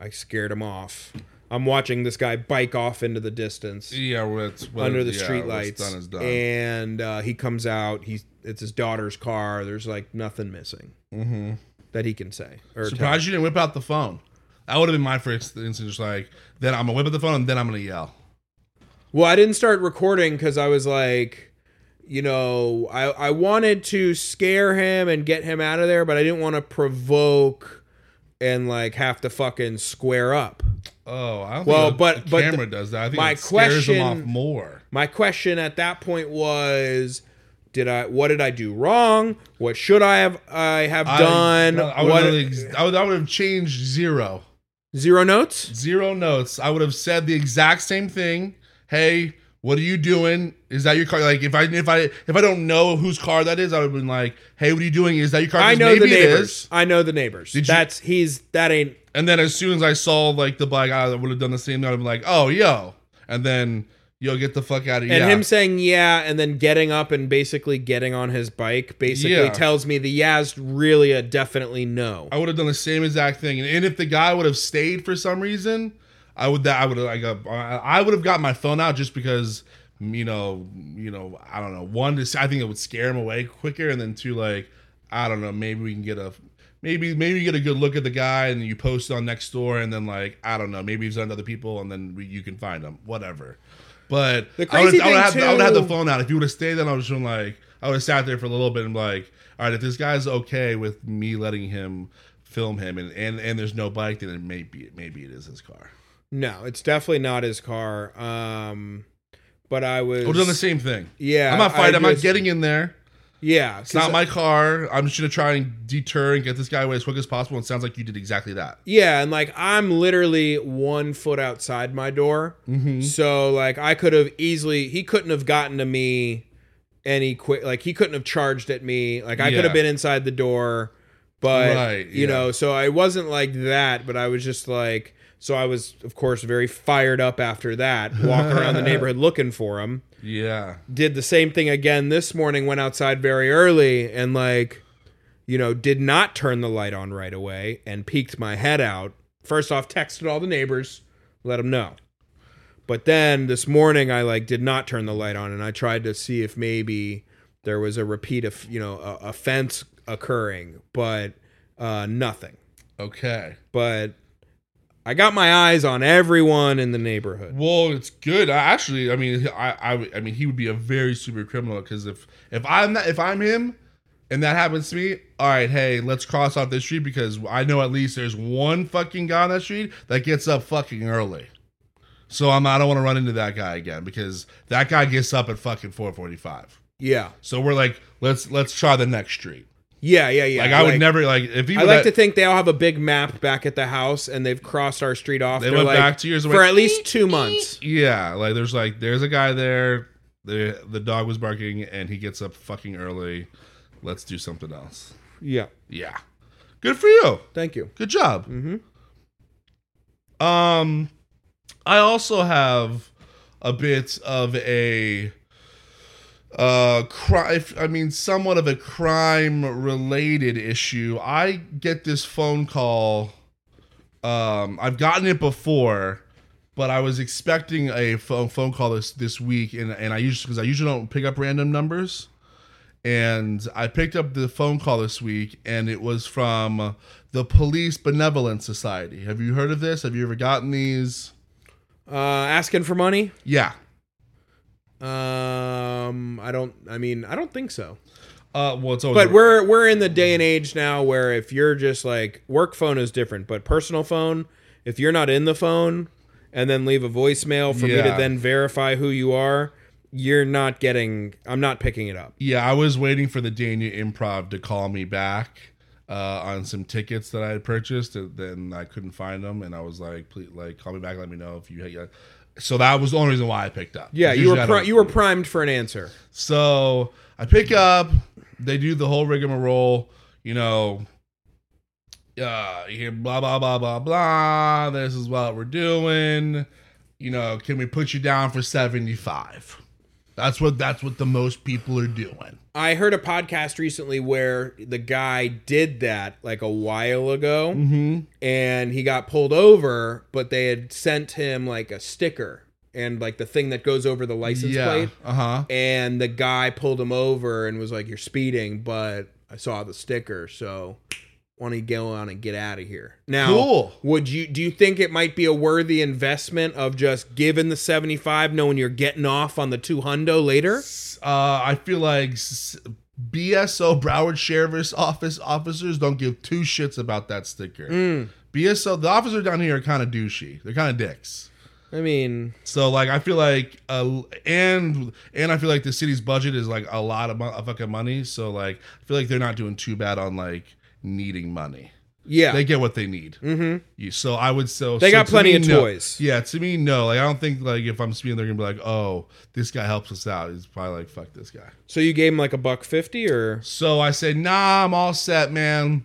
I scared him off. I'm watching this guy bike off into the distance
Yeah, well, it's well,
under the
yeah,
street
what's
lights,
Done is done.
and uh, he comes out. He's it's his daughter's car. There's like nothing missing
Mm-hmm.
that he can say. Or tell.
Surprised you didn't whip out the phone. That would have been my first instinct. Just like then I'm gonna whip out the phone and then I'm gonna yell.
Well, I didn't start recording because I was like, you know, I I wanted to scare him and get him out of there, but I didn't want to provoke and like have to fucking square up.
Oh, I don't
Well,
think
but-
the
but
camera
the-
does that. I think
my
it scares them off
question-
more.
My question at that point was did I what did I do wrong? What should I have I have done?
I, I
What-
would, have, I, would, I would have changed zero.
zero notes?
Zero notes. I would have said the exact same thing. Hey, what are you doing? Is that your car? Like if I if I if I don't know whose car that is, I would have been like, Hey, what are you doing? Is that your car?
I
'Cause
know the
maybe it
neighbors.
is.
I know the neighbors.
Did you-
That's he's that ain't
And then as soon as I saw like the black guy that would have done the same thing, I'd have been like, Oh yo. And then yo get the fuck out of here.
and
yeah.
him saying yeah and then getting up and basically getting on his bike basically
Yeah.
tells me the yeah's really a definitely no.
I would have done the same exact thing. And, and if the guy would have stayed for some reason, I would that I would have like uh, I would have got my phone out just because you know you know I don't know one to I think it would scare him away quicker, and then two like I don't know maybe we can get a maybe maybe you get a good look at the guy and you post it on next door and then like I don't know maybe he's on other people and then we, you can find him whatever. But
The
I would
crazy
have, I would
thing,
have, I would have
too-
the phone out. If you would have stayed, then I was just been like, I would have sat there for a little bit and like, all right, if this guy's okay with me letting him film him and and, and there's no bike, then it may be maybe it is his car.
No, it's definitely not his car. Um but I
I would have done the
was
same thing.
yeah,
I'm not fighting.
I
I'm not
just-
getting in there.
Yeah,
It's not my car. I'm just gonna try and deter and get this guy away as quick as possible. And it sounds like you did exactly that.
Yeah, and like I'm literally one foot outside my door.
Mm-hmm.
So like I could have easily he couldn't have gotten to me any quick like he couldn't have charged at me. Like I could
Yeah.
have been inside the door, but
Right,
you
yeah.
know, so I wasn't like that, but I was just like so I was of course very fired up after that, walking around the neighborhood looking for him.
Yeah.
Did the same thing again this morning, went outside very early and like you know, did not turn the light on right away and peeked my head out. First off, texted all the neighbors, let them know. But then this morning, I like did not turn the light on, and I tried to see if maybe there was a repeat of you know a, offense occurring, but uh, nothing.
Okay.
But I got my eyes on everyone in the neighborhood.
Well, it's good. I actually, I mean, I, I, I mean, he would be a very super criminal because if if I'm that, if I'm him, and that happens to me, all right, hey, let's cross off this street because I know at least there's one fucking guy on that street that gets up fucking early. So I'm I don't want to run into that guy again because that guy gets up at fucking 4:45.
Yeah,
So we're like, let's let's try the next street.
yeah, yeah, yeah.
Like I would never like if he
I
would
like
let-
to think they all have a big map back at the house, and they've crossed our street off.
They
They're
went
like,
back two years away.
for at least two months.
Yeah, like there's like there's a guy there. The the dog was barking and he gets up fucking early. Let's do something else.
Yeah.
Yeah. Good for you.
Thank you.
Good job. Um I also have a bit of a uh crime I mean somewhat of a crime related issue. I get this phone call um I've gotten it before but I was expecting a phone phone call this this week and and I usually cuz I usually don't pick up random numbers and I picked up the phone call this week, and it was from the Police Benevolence Society. Have you heard of this? Have you ever gotten these?
Uh, asking for money?
Yeah.
Um, I don't. I mean, I don't think so.
Uh, well, it's always
But we're we're in the day and age now where if you're just like work phone is different, but personal phone, if you're not in the phone and then leave a voicemail for me to
Yeah.
then verify who you are, you're not getting. I'm not picking it up.
yeah. I was waiting for the Dania Improv to call me back uh, on some tickets that I had purchased, and then I couldn't find them, and I was like, please, like, call me back, let me know if you. Yeah. So that was the only reason why I picked up.
Yeah, you
Usually
were
I
pri-
don't-
you were primed for an answer.
So I pick up. They do the whole rigmarole. You know, uh, you hear blah blah blah blah blah. This is what we're doing. You know, can we put you down for seventy five? That's what that's what the most people are doing.
I heard a podcast recently where the guy did that like a while ago
Mm-hmm.
and he got pulled over, but they had sent him like a sticker and like the thing that goes over the license
yeah.
plate.
Uh huh.
And the guy pulled him over and was like, You're speeding, but I saw the sticker, so want to go on and get out of here. Now
Cool.
would you do you think it might be a worthy investment of just giving the seventy five knowing you're getting off on the two hundo later?
Uh, I feel like s- BSO Broward Sheriff's Office officers don't give two shits about that sticker. BSO, the officers down here are kind of douchey. They're kind of dicks.
I mean
So like I feel like uh, and and I feel like the city's budget is like a lot of, mo- of fucking money. So like I feel like they're not doing too bad on like needing money.
Yeah.
They get what they need. Mm-hmm. So I would so
They
so
got
to
plenty of
no.
toys.
Yeah, to me no. Like I don't think like if I'm speaking, they're gonna be like, oh, this guy helps us out. He's probably like, fuck this guy.
so you gave him like a buck fifty or
So I said, nah, I'm all set, man.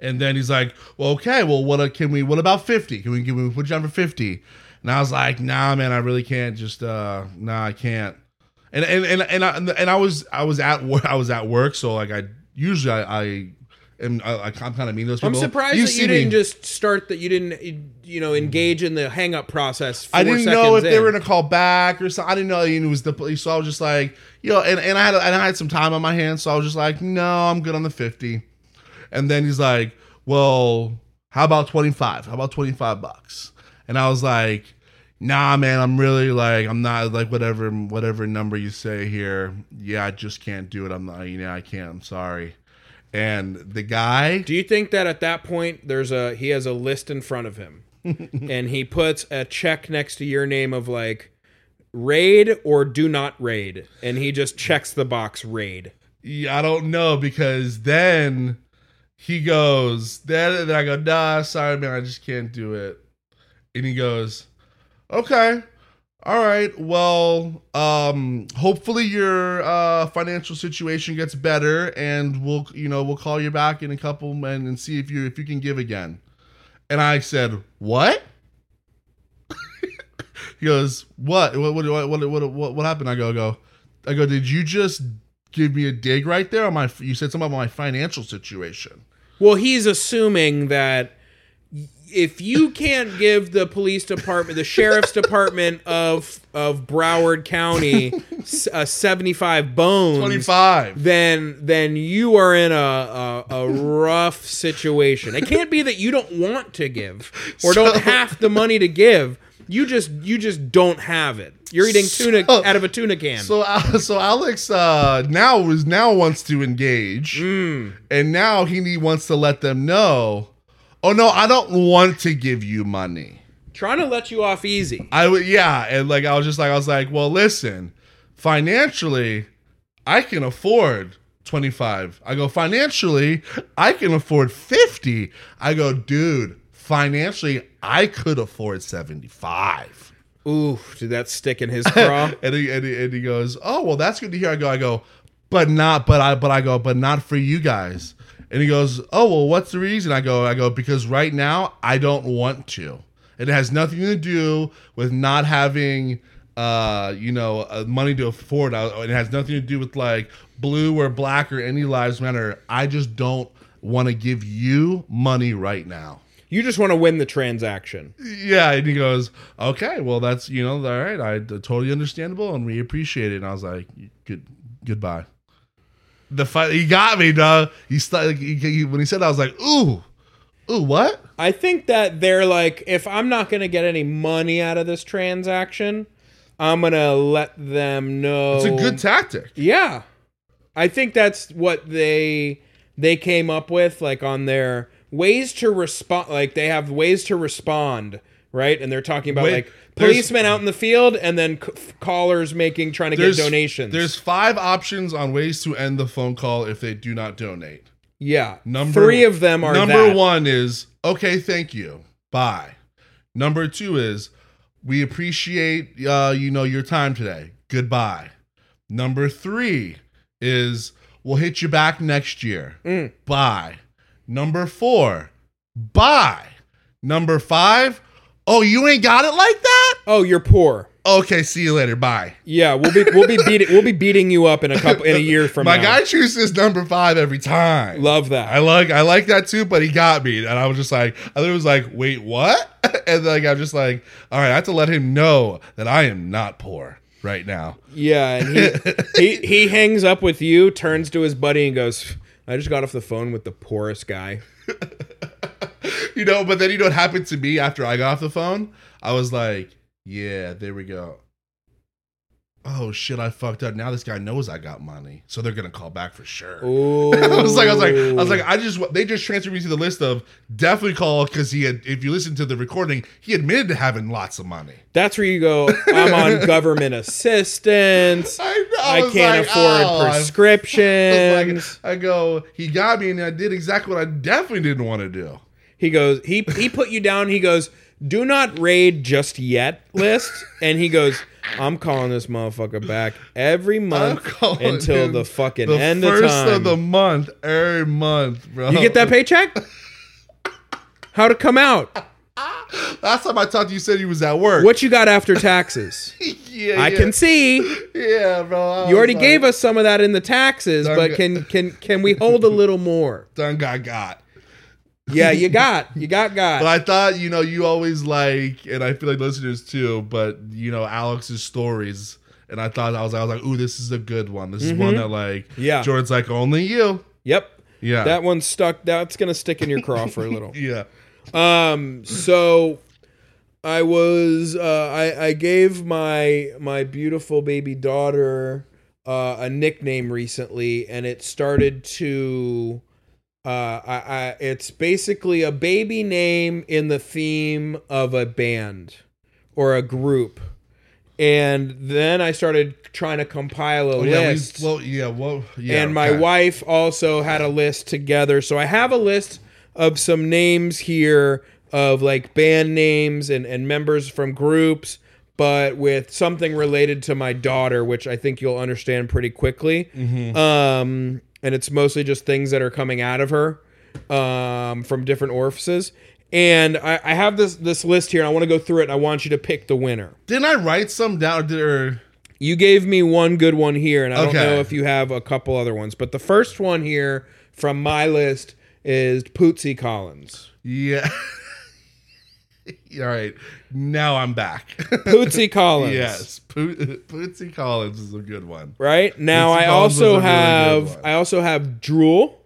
And then he's like, well, okay, well, what a- can we, what about 50? Can we, can we put you on for 50? And I was like, nah, man, I really can't just, uh, nah, I can't. And, and, and, and I, and I was, I was at work, I was at work. So like I, usually I, I am, I, I'm kind of mean to those
I'm
people.
surprised that
see
you
me-
didn't just start that you didn't you know engage in the hang up process. Four
I didn't know if
seconds
they
in.
were gonna call back or something. I didn't know you know, it was the police, so I was just like, you know, and, and I had and I had some time on my hands, so I was just like, no, I'm good on the fifty. And then he's like, well, how about twenty five? How about twenty five bucks? And I was like, nah, man, I'm really like, I'm not like whatever whatever number you say here. Yeah, I just can't do it. I'm not, you know, I can't. I'm sorry. And the guy,
Do you think that at that point there's a he has a list in front of him and he puts a check next to your name of like raid or do not raid and he just checks the box raid.
Yeah, I don't know because then he goes, then, then I go, nah, sorry, man, I just can't do it. And he goes, okay, all right, well, um, hopefully your uh, financial situation gets better, and we'll, you know, we'll call you back in a couple and, and see if you if you can give again. And I said, what? he goes, what? What? What? What? What? What? What, what happened? I go, I go, I go. Did you just give me a dig right there on my? You said something about my financial situation.
Well, he's assuming that if you can't give the police department, the sheriff's department of of Broward County, s- a seventy five bones,
Twenty five.
then then you are in a, a a rough situation. It can't be that you don't want to give or
So-
don't have the money to give. You just you just don't have it. You're eating tuna
So-
out of a tuna can.
So uh, so Alex uh, now is now wants to engage, and now he need, wants to let them know. Oh no, I don't want to give you money.
Trying to let you off easy.
I would yeah, and like I was just like I was like, well, listen, financially, I can afford twenty five. I go financially, I can afford fifty. I go, dude, financially, I could afford seventy five.
Ooh, did that stick in his craw?
And he, and, he, and he goes, oh well, that's good to hear. I go, I go, but not, but I, but I go, but not for you guys. And he goes, oh well, what's the reason? I go, I go because right now I don't want to. It has nothing to do with not having, uh, you know, uh, money to afford. I- It has nothing to do with like blue or black or any lives matter. I just don't want to give you money right now.
you just want to win the transaction.
Yeah, and he goes, "Okay, well, that's you know, all right, I uh, totally understandable, and we appreciate it." And I was like, "Good, goodbye." The fight, he got me, duh. He, st- he, he when he said, that, I was like, "Ooh, ooh, what?"
I think that they're like, if I'm not going to get any money out of this transaction, I'm going to let them know.
It's a good tactic.
Oh. Yeah. I think that's what they they came up with like on their ways to respond like they have ways to respond, right? And they're talking about
Wait,
like
there's-
policemen out in the field and then c- callers making trying to get donations.
There's five options on ways to end the phone call if they do not donate.
yeah.
Number
3 of them are
number
that.
one is okay, thank you, bye. Number two is we appreciate uh, you know your time today, goodbye. Number three is we'll hit you back next year,
Mm.
bye. Number four, bye. Number five, Oh, you ain't got it like that?
Oh, you're poor.
Okay, see you later. Bye.
Yeah, we'll be we'll be beating we'll be beating you up in a couple in a year from
My
now.
guy chooses number five every time.
Love that.
I like I like that too, but he got me, and I was just like, I thought it was like, wait, what? And like I'm just like, all right, I have to let him know that I am not poor right now.
Yeah, and he, he he hangs up with you, turns to his buddy and goes, "I just got off the phone with the poorest guy."
You know, but then you know what happened to me after I got off the phone? I was like, yeah, there we go. Oh shit, I fucked up. Now this guy knows I got money, so they're gonna call back for sure.
Ooh.
I was like, I was like, I was like, I just they just transferred me to the list of definitely call because he had. If you listen to the recording, he admitted to having lots of money.
that's where you go. I'm on government assistance.
I,
I,
was
can't
like, oh,
afford
I- I was
prescriptions.
like- I go, he got me, and I did exactly what I definitely didn't want to do.
he goes, he he put you down. He goes, "Do not raid just yet" list, and he goes. I'm calling this motherfucker back every month
calling
until
him
the fucking
The
end
first
of time.
of the month, every month, bro.
You get that paycheck? How'd it come out?
Last time I talked to you, you said you was at work.
What you got after taxes?
Yeah,
I
yeah.
can see
Yeah, bro. I
you already
was like,
gave us some of that in the taxes, but can can can we hold a little more?
Done got got.
Yeah, you got you got got.
But I thought, you know, you always like, and I feel like listeners too, but you know, Alex's stories. And I thought I was, I was like, ooh, this is a good one. This is one that like,
Mm-hmm. Yeah.
Jordan's like, only you.
yep,
Yeah.
that one's stuck. That's gonna stick in your craw for a little.
yeah.
Um, so I was uh, I I gave my my beautiful baby daughter uh, a nickname recently, and it started to uh, I, I it's basically a baby name in the theme of a band or a group. And then I started trying to compile a
Oh, yeah, we,
list
well, yeah, well, yeah.
and my
okay.
wife also had a list together. So I have a list of some names here of like band names and, and members from groups, but with something related to my daughter, which I think you'll understand pretty quickly.
Mm-hmm.
Um, and it's mostly just things that are coming out of her um, from different orifices. And I, I have this this list here, and I want to go through it. And I want you to pick the winner.
Didn't I write some down? Or did, or,
You gave me one good one here, and I
Okay.
don't know if you have a couple other ones. But the first one here from my list is Pootsie Collins.
yeah. All right. Now I'm back.
Pootsie Collins.
yes. Po- Pootsie Collins is a good one.
Right now,
Pootsie
I
Collins was a
also
really good
have
one.
I also have Drool.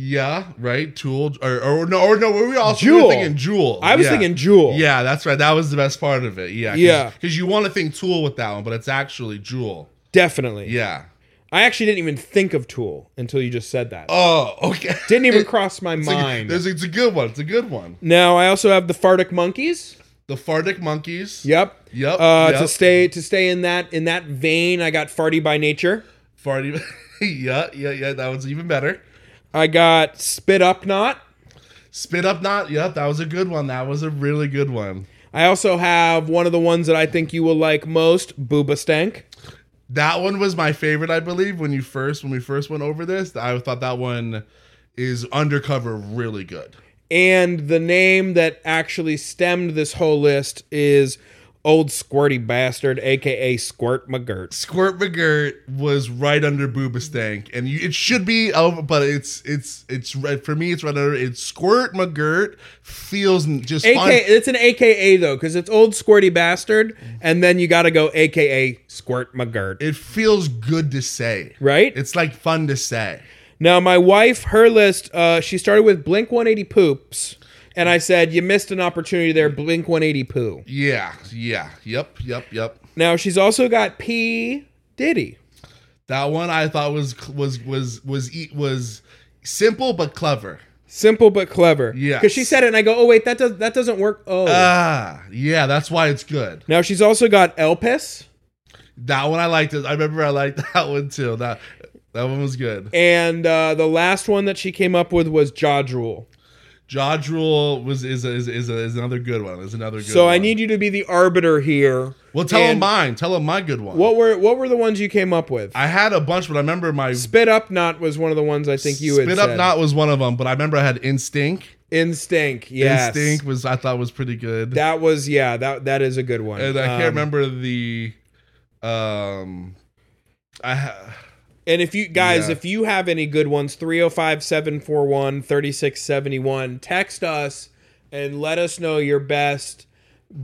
Yeah, right. Tool or, or no or no, were we also we
Jewel.
were thinking Jewel.
I was
yeah.
thinking Jewel.
Yeah, that's right. That was the best part of it. Yeah. Cause,
Yeah.
Because you want to think Tool with that one, but it's actually Jewel.
definitely.
Yeah.
I actually didn't even think of Tool until you just said that.
Oh, okay.
didn't even cross my
It's a-
mind.
there's- it's a good one. It's a good one.
now I also have the Fartic Monkeys.
The Fardic Monkeys.
Yep.
Yep.
Uh,
yep.
To stay to stay in that in that vein, I got Farty by Nature.
Farty. yeah, yeah, yeah. That was even better.
I got Spit Up Knot.
Spit up knot. Yep, that was a good one. That was a really good one.
I also have one of the ones that I think you will like most, Booba Stank.
That one was my favorite, I believe, when you first when we first went over this. I thought that one is undercover really good.
And the name that actually stemmed this whole list is Old Squirty Bastard, aka Squirt McGirt.
Squirt McGirt was right under Booba Stank, and you, it should be over, but it's it's it's right for me. It's right under. It's Squirt McGirt feels n- just
AK,
fun.
it's an AKA though, because it's Old Squirty Bastard, and then you gotta go AKA Squirt McGirt.
It feels good to say.
Right?
It's like fun to say.
Now, my wife, her list, uh, she started with Blink 180 Poops, and I said, You missed an opportunity there, Blink 180 Poo.
Yeah, yeah, yep, yep, yep.
Now, she's also got P. Diddy.
That one I thought was was was was eat was simple but clever.
Simple but clever.
Yes.
Because she said it, and I go, "Oh wait, that does that doesn't work." Oh.
Ah, yeah, that's why it's good.
now she's also got Elpis
That one I liked it. I remember I liked that one too. That that one was good.
and uh, the last one that she came up with was Jodrule.
Jaw Rule was is a, is a, is, a, is another good one. Is another good.
So I
one.
need you to be the arbiter here.
Well, tell him
and-
mine. Tell him my good one.
What were what were the ones you came up with?
I had a bunch, but I remember my
Spit up knot was one of the ones I think you had
spit up
said.
knot was one of them. But I remember I had instinct.
Instinct, yes.
Instinct was I thought was pretty good.
That was yeah. That that is a good one.
and I can't
Um,
remember the um I ha-
And if you guys,
Yeah.
if you have any good ones, 305 741 3671, text us and let us know your best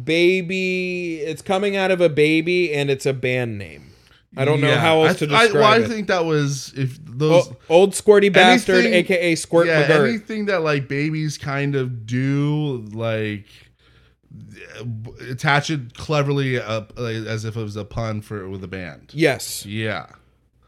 baby. It's coming out of a baby and it's a band name. I don't know
yeah,
how else
I,
to
I-
describe
well, I
it.
think that was if those
O- old Squirty Bastard,
anything-
aka Squirt
yeah,
McGirt.
anything that like babies kind of do, like b- attach it cleverly up like, as if it was a pun for with a band.
yes.
Yeah,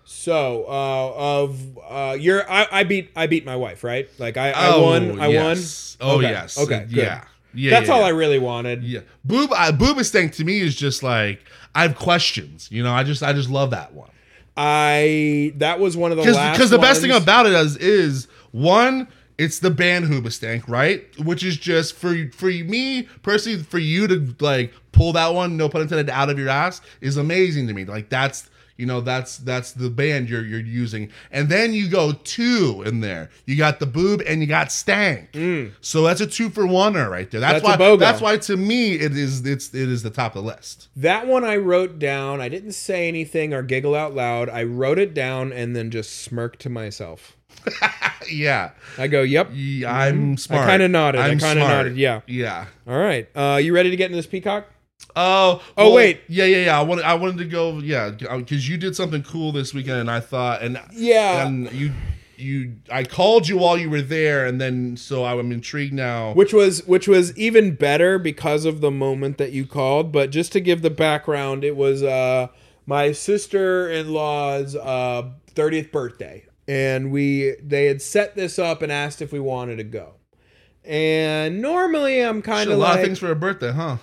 So, uh, of uh, your, I, I beat, I beat my wife, right? Like I, I won, I
Oh, yes.
won.
Oh
Okay,
yes,
okay, good.
yeah, yeah.
won. That's
yeah,
all
yeah.
I really wanted.
Yeah, boob. I, Boobistank to me is just like I have questions. You know, I just I just love that one
I that was one of the last
because the best thing
ones.
about it is is one. It's the band Hoobastank, right? Which is just for for me personally, for you to like pull that one, no pun intended, out of your ass is amazing to me. Like that's you know that's that's the band you're you're using, and then you go two in there. You got the boob and you got stank, so that's a two for oneer right there. That's,
Mm. That's a
why
BOGO.
that's why to me it is it's it is the top of the list.
That one I wrote down. I didn't say anything or giggle out loud. I wrote it down and then just smirked to myself.
Yeah,
I go, "Yep."
Y- I'm smart.
kinda nodded. Mm-hmm. I
I'm
kinda
smart.
nodded, yeah.
yeah.
All right. Uh, you ready to get into this peacock?
Oh,
Oh, wait.
yeah, yeah, yeah. I wanted, I wanted to go, yeah, because you did something cool this weekend, and I thought, and
Yeah.
and you, you, I called you while you were there, and then so I'm intrigued now.
Which was which was even better because of the moment that you called. But just to give the background, it was uh, my sister in law's uh, 30th birthday, and we they had set this up and asked if we wanted to go. And normally I'm
Shit,
kind
a
of
lot
like,
of things for a birthday, huh?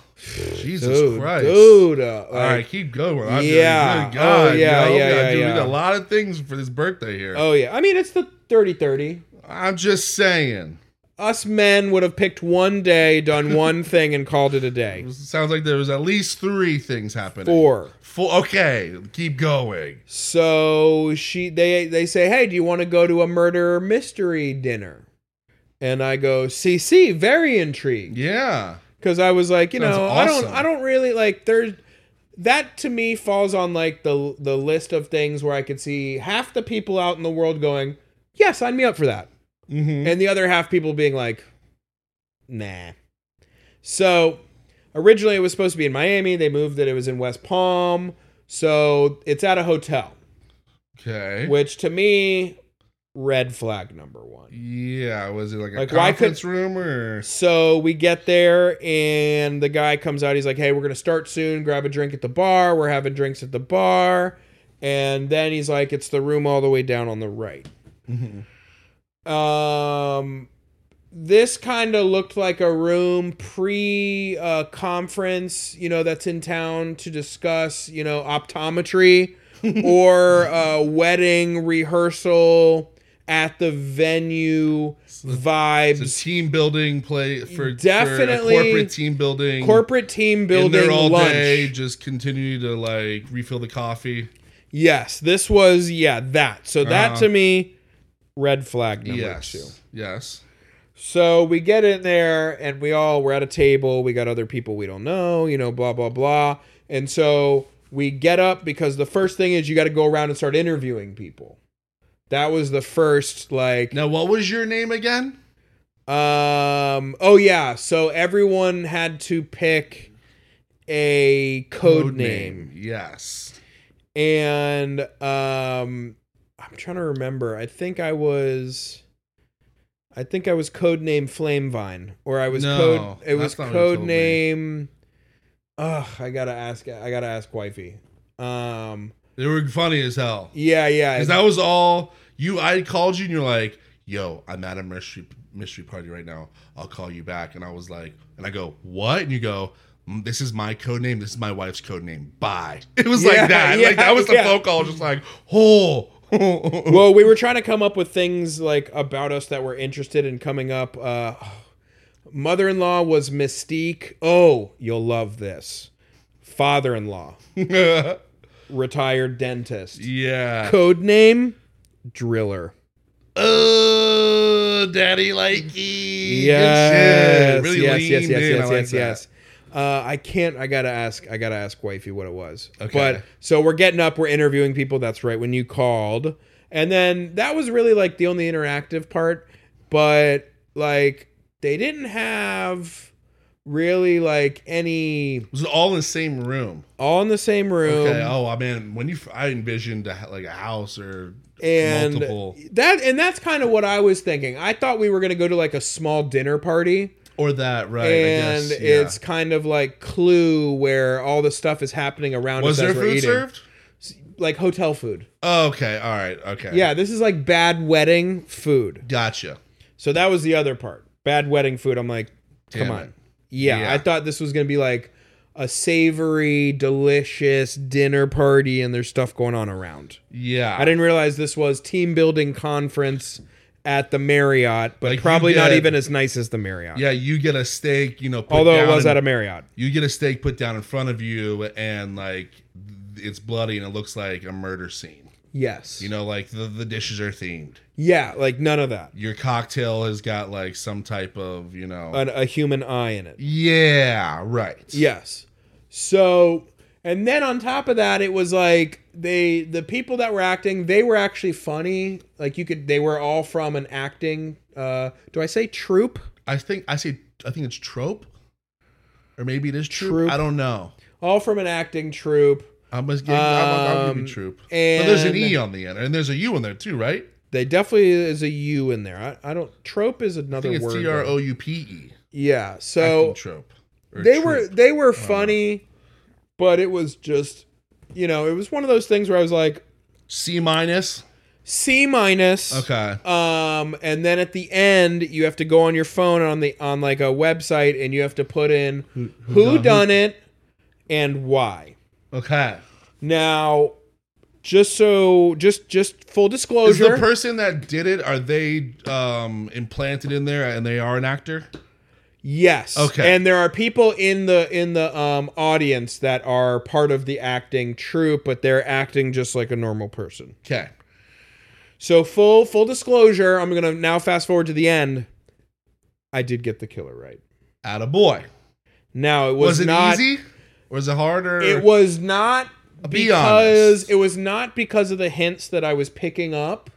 Jesus
dude,
Christ.
dude, uh,
All right, keep going. I'm
Yeah.
Doing, good God,
Oh, yeah,
yo.
yeah, yeah,
dude,
yeah.
We got a lot of things for this birthday here.
Oh yeah. I mean it's the 30-30.
I'm just saying.
Us men would have picked one day, done one thing, and called it a day.
Sounds like there was at least three things happening.
Four.
Four. Okay, keep going.
So she they they say, Hey, do you want to go to a murder mystery dinner? And I go, CC, very intrigued.
Yeah.
Because I was like, you
Sounds
know, I
awesome.
don't I don't really like there's that to me falls on like the the list of things where I could see half the people out in the world going, Yeah, sign me up for that.
Mm-hmm.
and the other half people being like, nah. So originally it was supposed to be in Miami. They moved that it was in West Palm. So it's at a hotel,
Okay.
which to me, red flag number one.
Yeah, was it like a
Like, why could-
conference room or?
So we get there and the guy comes out. He's like, hey, we're going to start soon. Grab a drink at the bar. We're having drinks at the bar. And then he's like, it's the room all the way down on the right. Um, this kind of looked like a room pre uh, conference, you know, that's in town to discuss, you know, optometry or uh, wedding rehearsal at the venue
It's a
vibes.
team building play for
Definitely
for a corporate team building,
Corporate team
in
building
there all
lunch.
day, just continue to like refill the coffee.
Yes, this was yeah that. So that
Uh-huh.
to me, red flag number
yes,
two.
yes.
So we get in there and we all we're at a table. We got other people we don't know, you know, blah blah blah. And so we get up because the first thing is you got to go around and start interviewing people. That was the first like
Now, what was your name again?
um oh yeah, so everyone had to pick a code, name.
Yes.
and um i'm trying to remember i think i was i think i was codename flamevine or i was
No,
code it
that's
was
not what you told me.
codename ugh i gotta ask i gotta ask wifey um
They were funny as hell.
yeah yeah
Because that was all you. I called you and you're like, "Yo, I'm at a mystery mystery party right now. I'll call you back." And I was like, and I go, "What?" And you go, "Mm, "This is my code name. This is my wife's code name. Bye." It was
Yeah,
like that.
yeah,
like that was the
yeah.
phone call. Just like, oh.
well we were trying to come up with things like about us that were interested in coming up uh mother-in-law was mystique oh you'll love this father-in-law retired dentist
yeah.
Code name Driller.
oh, daddy likey.
Yes,
Good shit. Really
yes,
leaned
yes, yes,
in. I
yes,
like
yes,
that.
yes. Uh, I can't. I gotta ask. I gotta ask wifey what it was.
Okay.
But so we're getting up. We're interviewing people. That's right. When you called, and then that was really like the only interactive part. But like they didn't have really like any
It was all in the same room.
all in the same room.
Okay. Oh, I mean, when you, I envisioned a, like a house or
and
multiple,
that and that's kind of what I was thinking. I thought we were gonna go to like a small dinner party.
or that, right?
and
I guess, yeah.
it's kind of like Clue, where all the stuff is happening around
was
us
there
as we're
food
eating.
served?
Like hotel food.
Oh, okay. All right. Okay.
Yeah, this is like bad wedding food.
Gotcha.
So that was the other part. Bad wedding food. I'm like, come
Damn
on.
it.
Yeah,
Yeah.
I thought this was gonna be like a savory, delicious dinner party, and there's stuff going on around.
Yeah.
I didn't realize this was team building conference at the Marriott, but
Like you
probably not
get-
even as nice as the Marriott.
Yeah, you get a steak, you know. Put
Although it
down
was
in-
at a Marriott.
you get a steak put down in front of you, and like it's bloody, and it looks like a murder scene.
Yes.
You know, like the, the dishes are themed.
Yeah, like none of that.
Your cocktail has got like some type of, you know.
an, a human eye in it.
yeah, right.
Yes. So, and then on top of that, it was like they the people that were acting, they were actually funny. Like you could, they were all from an acting. uh Do I say troupe?
I think I say I think it's trope, or maybe it is troop.
Troop.
I don't know.
All from an acting troupe.
I'm just getting. I'm, I'm giving
Um,
troop. but there's an
and-
e on the end, and there's a u in there too, right?
They definitely is a U in there. I, I don't. Trope is
I
another
think it's
word.
T R O U P E.
Yeah.
acting
So
trope. or
they
troop.
were they were funny, but it was just, you know, it was one of those things where I was like
C minus.
C minus.
Okay.
Um, and then at the end, you have to go on your phone on the on like a website, and you have to put in
done
who,
it?
done it and why.
Okay.
Now, just so just just full
Is
disclosure,
the person that did it are they um implanted in there and they are an actor?
yes,
Okay.
and there are people in the in the um audience that are part of the acting troupe, but they're acting just like a normal person.
Okay.
So full full disclosure, I'm gonna now fast forward to the end. I did get the killer right.
Out of boy.
Now it was,
Was, it
not
easy? Was it harder?
It was not
Be
because
honest.
it was not because of the hints that I was picking up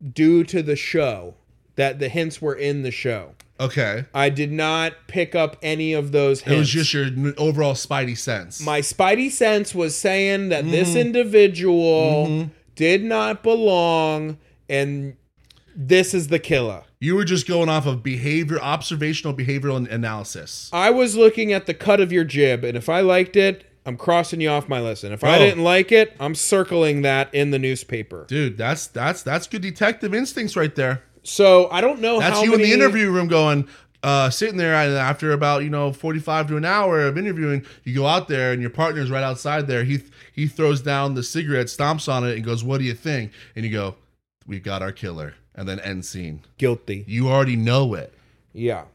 due to the show that the hints were in the show.
okay.
I did not pick up any of those
It
hints.
was just your n- overall spidey sense.
my spidey sense was saying that
Mm-hmm.
this individual did not belong and this is the killer.
you were just going off of behavior, observational behavioral an- analysis.
I was looking at the cut of your jib and if I liked it, I'm crossing you off my list. And if I
Oh.
didn't like it, I'm circling that in the newspaper.
Dude, that's that's that's good detective instincts right there.
So I don't know
That's
how
you
many,
in the interview room going, uh, sitting there and after about you know forty five to an hour of interviewing, you go out there and your partner's right outside there. He he throws down the cigarette, stomps on it, and goes, "What do you think?" And you go, "We've got our killer." And then end scene.
Guilty.
You already know it.
Yeah.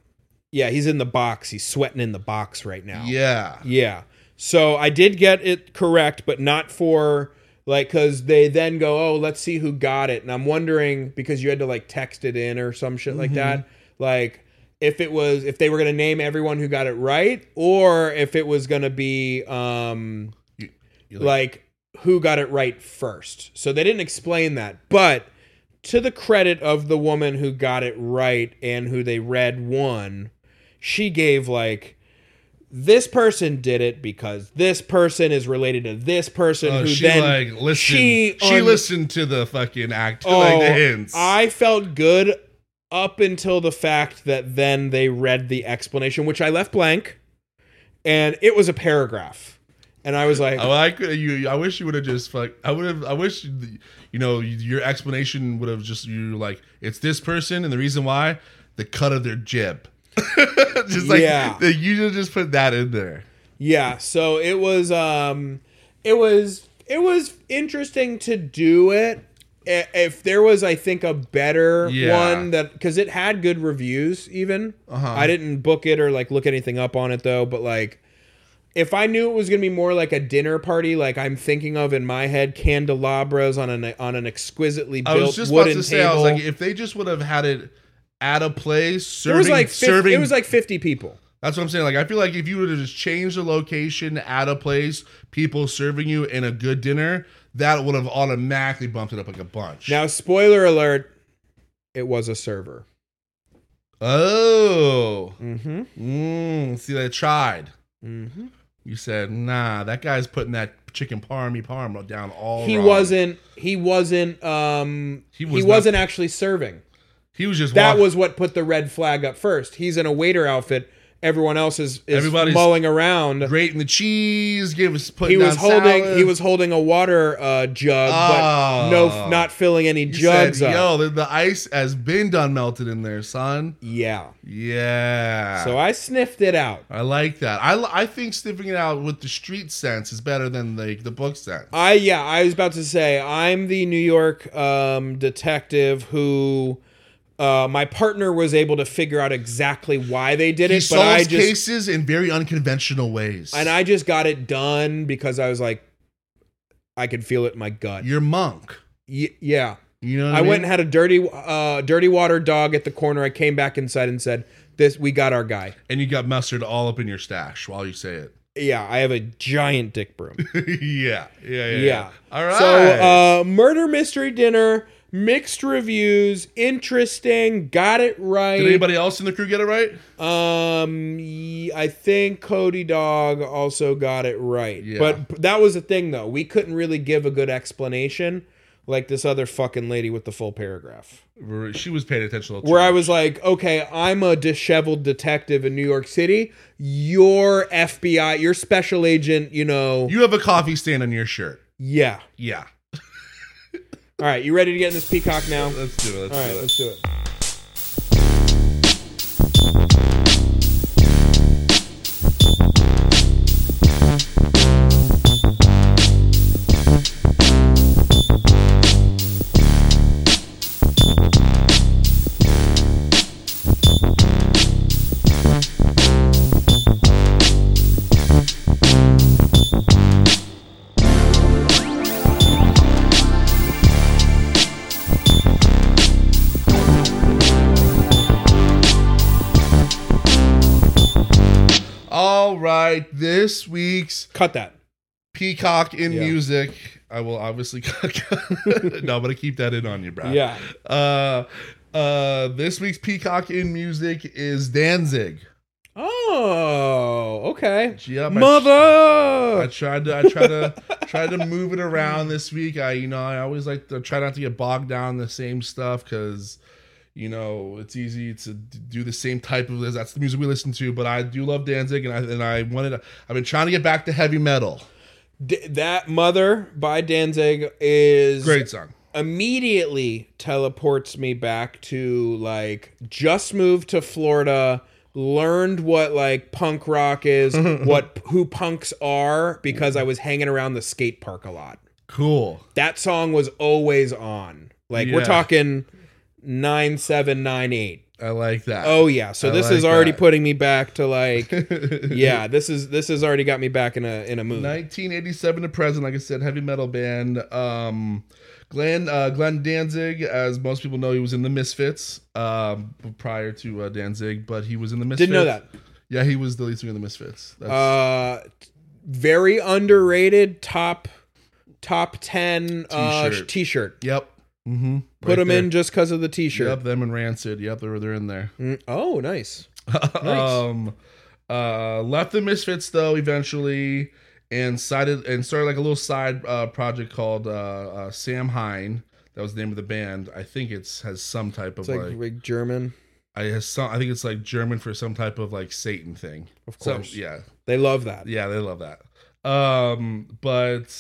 Yeah, he's in the box. He's sweating in the box right now.
Yeah.
Yeah. So I did get it correct, but not for like cuz they then go, "Oh, let's see who got it." And I'm wondering because you had to like text it in or some shit like that,
Mm-hmm.
like if it was if they were going to name everyone who got it right or if it was going to be um
You- you
like who got it right first. So they didn't explain that. But to the credit of the woman who got it right and who they read won, she gave like this person did it because this person is related to this person
Oh,
who
she
then
like listened.
she
She,
un-
listened to the fucking act.
Oh,
like the hints.
I felt good up until the fact that then they read the explanation, which I left blank, and it was a paragraph, and I was like,
I like you. I wish you would have just like I would have. I wish you you know your explanation would have just you like it's this person and the reason why the cut of their jib. just like
Yeah.
the, you should just put that in there.
Yeah, so it was um it was it was interesting to do it. I- If there was I think a better
Yeah.
one that cuz it had good reviews even.
Uh-huh.
I didn't book it or like look anything up on it though, but like if I knew it was going to be more like a dinner party, like I'm thinking of in my head, candelabras on an on an exquisitely
I
built
was just about
wooden
to say,
table.
I was like, if they just would have had it at a place
it
serving,
was like fif-
serving.
it was like 50 people.
that's what I'm saying. Like, I feel like if you would have just changed the location at a place, people serving you and a good dinner, that would have automatically bumped it up like a bunch.
Now, spoiler alert, it was a server.
oh,
Mm-hmm.
mm, see, they tried.
Mm-hmm.
You said, nah, that guy's putting that chicken parmy parm down all.
He
wrong.
wasn't. He wasn't. Um,
He
he,
was not-
was not actually serving.
He was just
That
walking-
was what put the red flag up first. He's in a waiter outfit. Everyone else is, is
Everybody's-
mulling around.
grating the cheese. Give us putting.
he was
down
holding
salad.
he was holding a water uh, jug, but
Oh.
no, not filling any
You
jugs
said,
up.
Yo, the, the ice has been done melted in there, son.
Yeah.
Yeah.
So I sniffed it out.
I like that. I, li- I think sniffing it out with the street sense is better than like the book sense.
I yeah, I was about to say I'm the New York um, detective who uh, my partner was able to figure out exactly why they did
He
it, but I
solves
just
cases in very unconventional ways.
and I just got it done because I was like, I could feel it in my gut.
You're monk.
Y- yeah,
You know. What
I
mean?
went and had a dirty uh, dirty water dog at the corner. I came back inside and said, "This we got our guy."
and you got mustard all up in your stash while you say it.
Yeah, I have a giant dick broom.
yeah, yeah, yeah,
Yeah.
All right.
So, uh, murder mystery dinner, mixed reviews, interesting, got it right.
Did anybody else in the crew get it right?
um, y- I think Cody Dog also got it right.
Yeah.
But p- that was the thing, though. We couldn't really give a good explanation like this other fucking lady with the full paragraph.
Where- She was paying attention. a little
Where
too
I
much.
was like, okay, I'm a disheveled detective in New York City. Your FBI, your special agent, you know.
You have a coffee stain on your shirt.
yeah.
Yeah.
All right, you ready to get in this peacock now?
Let's do it. Let's do
All right,
it.
let's do it.
All right, this week's
Cut that.
Peacock in
Yeah.
music. I will obviously no, but I keep that in on you, Brad.
Yeah.
Uh, uh, this week's Peacock in music is Danzig.
Oh, okay.
Yep, I- I
Mother.
tried to I tried to try to move it around this week. I you know I always like to try not to get bogged down in the same stuff because you know it's easy to d- do the same type of that's the music we listen to. But I do love Danzig and I and I wanted to, I've been trying to get back to heavy metal.
D- that mother by Danzig is
Great song.
immediately teleports me back to like just moved to Florida, learned what like punk rock is, what who punks are because I was hanging around the skate park a lot.
Cool.
That song was always on. Like we're
Yeah.
talking 9798.
I like that.
Oh yeah, so
I
this
like
is already
that.
putting me back to like yeah, this is this has already got me back in a in a mood.
1987 to present, like I said, heavy metal band. Um, Glenn uh, Glenn Danzig, as most people know, he was in the Misfits um, prior to uh, Danzig, but he was in the Misfits.
Didn't know that.
Yeah, he was the lead singer of the Misfits. That's,
Uh very underrated top top 10 uh
T-shirt.
t-shirt.
yep. Mm-hmm.
Put them in just cuz of the t-shirt.
Yep, them and Rancid. Yep, they're they're in there.
Mm, Oh, nice.
um, uh, left the Misfits though eventually, and sided and started like a little side uh, project called uh, uh, Sam Hine. That was the name of the band. I think it's has some type of
It's like,
like
like German.
I has some, I think it's like German for some type of like Satan thing.
Of
Some-
course.
yeah,
They love that.
yeah, they love that. Um, but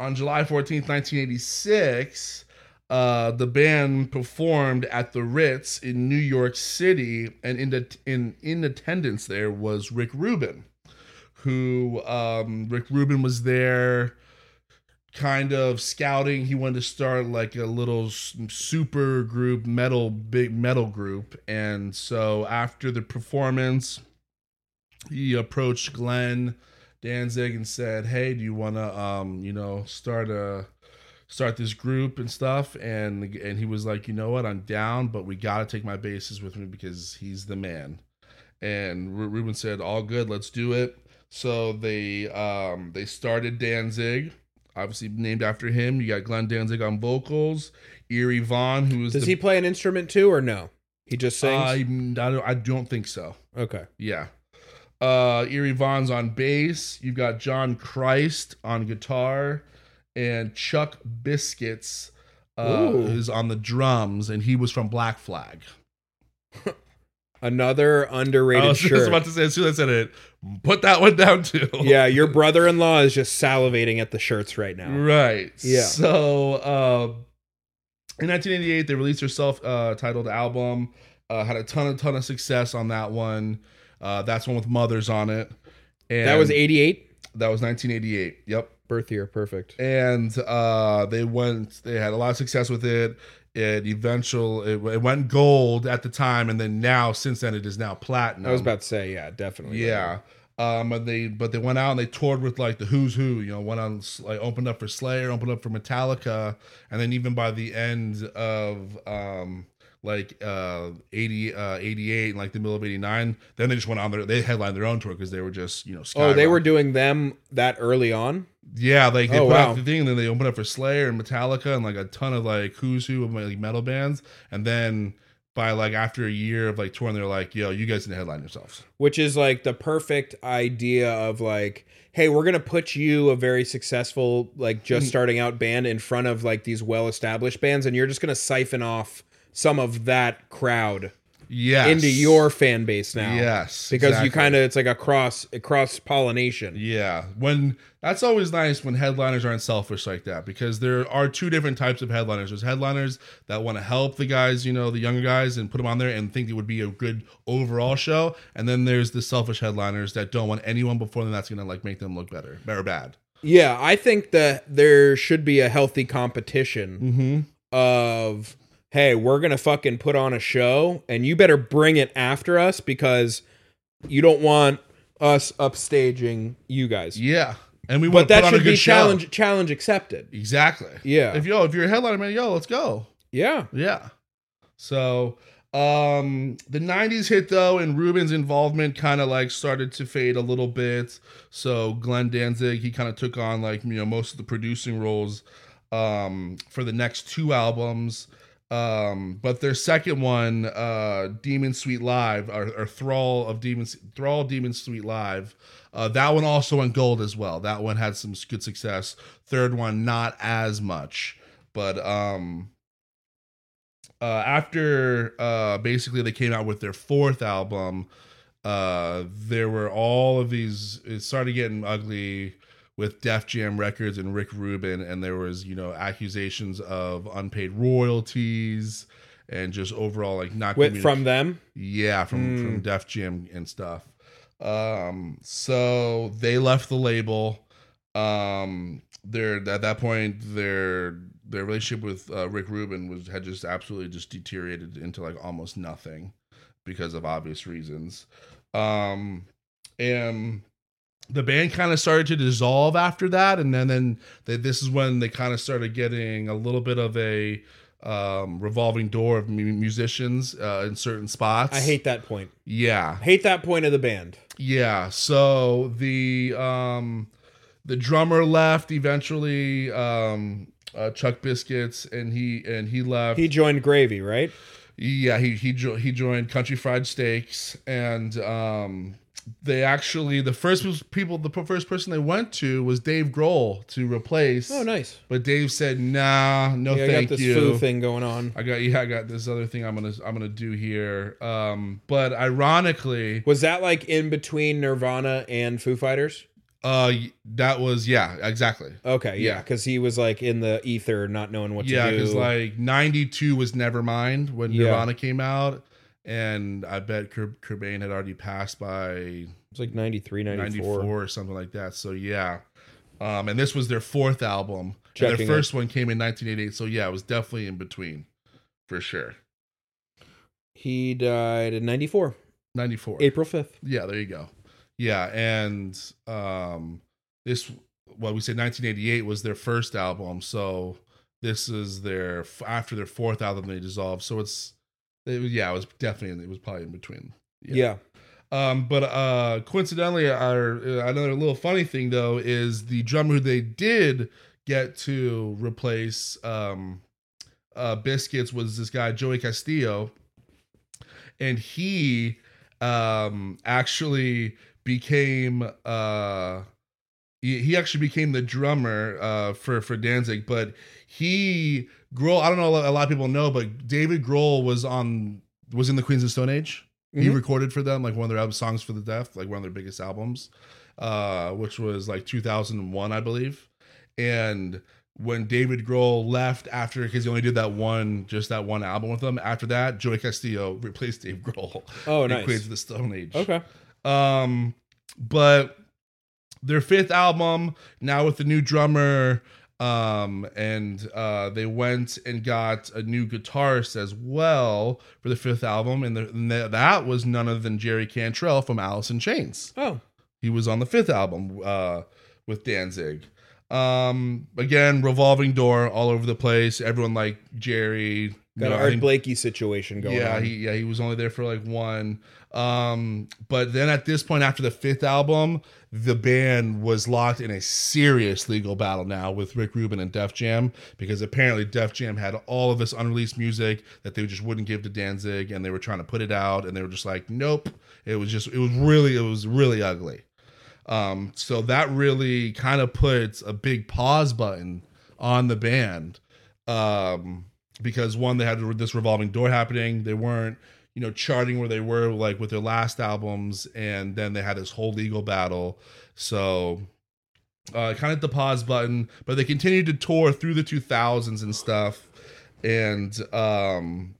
on July 14th, 1986, uh, the band performed at the Ritz in New York City, and in the, in in attendance there was Rick Rubin, who um, Rick Rubin was there kind of scouting. He wanted to start like a little s- super group, metal, big metal group. And so after the performance, he approached Glenn Danzig and said, "Hey, do you want to, um, you know, start a start this group and stuff?" And and he was like, "You know what? I'm down, but we got to take my bases with me because he's the man." And Ru- Ruben said, "All good, let's do it." So they um, they started Danzig, obviously named after him. You got Glenn Danzig on vocals, Erie Vaughn, who is
Does
the Uh,
he play an instrument too, or no? He just
I,
sings.
I don't- I don't think so.
okay.
Yeah. Uh Erie Vaughn's on bass. You've got John Christ on guitar and Chuck Biscuits uh,
Ooh.
is on the drums and he was from Black Flag.
Another underrated
Oh, I was
shirt.
just about to say as soon as I said it, put that one down too.
yeah, your brother-in-law is just salivating at the shirts right now.
Right.
Yeah.
So uh, in 1988, they released their self-titled album. Uh, had a ton, a ton of success on that one. Uh, that's one with mothers on it. And
That was 88
That was 1988. Yep.
birth year, perfect.
and uh, they went they had a lot of success with it it eventual it, it went gold at the time and then now since then it is now platinum
I was about to say, yeah, definitely.
Um, yeah um and they but they went out and they toured with like the who's who you know went on s- like opened up for slayer opened up for metallica and then even by the end of um like uh 80 uh 88 and like the middle of 89 then they just went on their they headlined their own tour because they were just you know
Oh, they
skyrocketing.
were doing them that early on.
Yeah, like they
Oh,
put
wow.
out the thing, and then they opened up for Slayer and Metallica and like a ton of like who's who of like metal bands, and then by like after a year of like touring, they're like, "Yo, you guys need to headline yourselves."
which is like the perfect idea of like hey we're gonna put you a very successful like
Mm-hmm.
just starting out band in front of like these well established bands and you're just gonna siphon off some of that crowd
Yes,
into your fan base now
yes
because you
exactly.
kind of it's like a cross a cross pollination
Yeah, when that's always nice when headliners aren't selfish like that because there are two different types of headliners. There's headliners that want to help the guys, you know, the younger guys, and put them on there and think it would be a good overall show. And then there's the selfish headliners that don't want anyone before them that's gonna like make them look better or bad.
yeah i think that there should be a healthy competition
Mm-hmm.
of hey we're gonna fucking put on a show and you better bring it after us because you don't want us upstaging you guys
Yeah, and we
but
want to put
that
on a
should
good
be
show.
challenge challenge accepted
Exactly.
yeah
If yo, if you're a headliner, man, yo, let's go.
yeah
Yeah. So, um, the '90s hit though, and Ruben's involvement kind of like started to fade a little bit. So Glenn Danzig, he kind of took on like you know most of the producing roles um, for the next two albums. Um, but their second one, uh, Demon Sweet Live, or, or Thrall of Demon Thrall Demon Sweet Live, uh, that one also went gold as well. That one had some good success. Third one, not as much, but um, uh, after uh, basically they came out with their fourth album, uh, there were all of these. It started getting ugly with Def Jam Records and Rick Rubin, and there was you know accusations of unpaid royalties and just overall like not
With,
communi-
from them
yeah from
Mm.
from Def Jam and stuff. Um, so they left the label. Um, their at that point their their relationship with uh, Rick Rubin was had just absolutely just deteriorated into like almost nothing because of obvious reasons. Um, and the band kind of started to dissolve after that, and then then they, this is when they kind of started getting a little bit of a um, revolving door of mu- musicians uh, in certain spots.
i hate that point
yeah,
hate that point of the band
yeah. So the um the drummer left eventually. Um, uh, Chuck Biscuits and he and he left.
he joined gravy right
Yeah, he he jo- he joined Country Fried Steaks, and um, they actually the first was- people the p- first person they went to was Dave Grohl to replace.
oh nice
But Dave said, "Nah, no,
yeah, i
thank
got this
you.
foo thing going on
I got yeah, I got this other thing I'm gonna I'm gonna do here." Um, but ironically,
was that like in between nirvana and foo fighters
uh, that was yeah, exactly.
okay yeah
Yeah.
because he was like in the ether not knowing what
yeah,
to do
because like '92 was Nevermind when
Yeah.
Nirvana came out, and I bet Kurt Cobain had already passed by
it's like 93 94,
94 or something like that. So yeah. Um, and this was their fourth album. And
Checking
their first one came in 1988. So yeah, it was definitely in between for sure.
he died in 94
94.
april 5th
Yeah, there you go. Yeah, and um, this well, we say 1988 was their first album, so this is their after their fourth album they dissolved. So it's it, yeah, it was definitely it was probably in between.
Yeah.
Um, but uh, coincidentally, our uh, another little funny thing though is the drummer who they did get to replace um, uh, Biscuits was this guy Joey Castillo, and he um, actually became uh, he, he actually became the drummer uh, for for Danzig, but he Grohl. I don't know a lot of people know, but David Grohl was on was in the Queens of Stone Age. He
Mhm.
recorded for them like one of their album songs for the deaf, like one of their biggest albums, uh, which was like 2001, I believe. And when David Grohl left after, because he only did that one, just that one album with them. After that, Joey Castillo replaced Dave Grohl
Oh,
in Queens
nice.
of the Stone Age.
Okay.
Um, but their fifth album now with the new drummer, um, and uh, they went and got a new guitarist as well for the fifth album, and, the, and tha- that was none other than Jerry Cantrell from Alice in Chains.
Oh,
He was on the fifth album uh, with Danzig. Um, again, revolving door all over the place. Everyone like Jerry. you
got
know,
an
I
Art
think-
Blakey situation going
yeah,
on.
he yeah, he was only there for like one. Um, but then at this point, after the fifth album, the band was locked in a serious legal battle now with Rick Rubin and Def Jam because apparently Def Jam had all of this unreleased music that they just wouldn't give to Danzig, and they were trying to put it out, and they were just like, nope. It was just it was really it was really ugly. Um, so that really kind of puts a big pause button on the band. Um, because one, they had this revolving door happening. They weren't, you know, charting where they were like with their last albums, and then they had this whole legal battle. So uh, kind of the pause button, but they continued to tour through the 2000s and stuff. And um,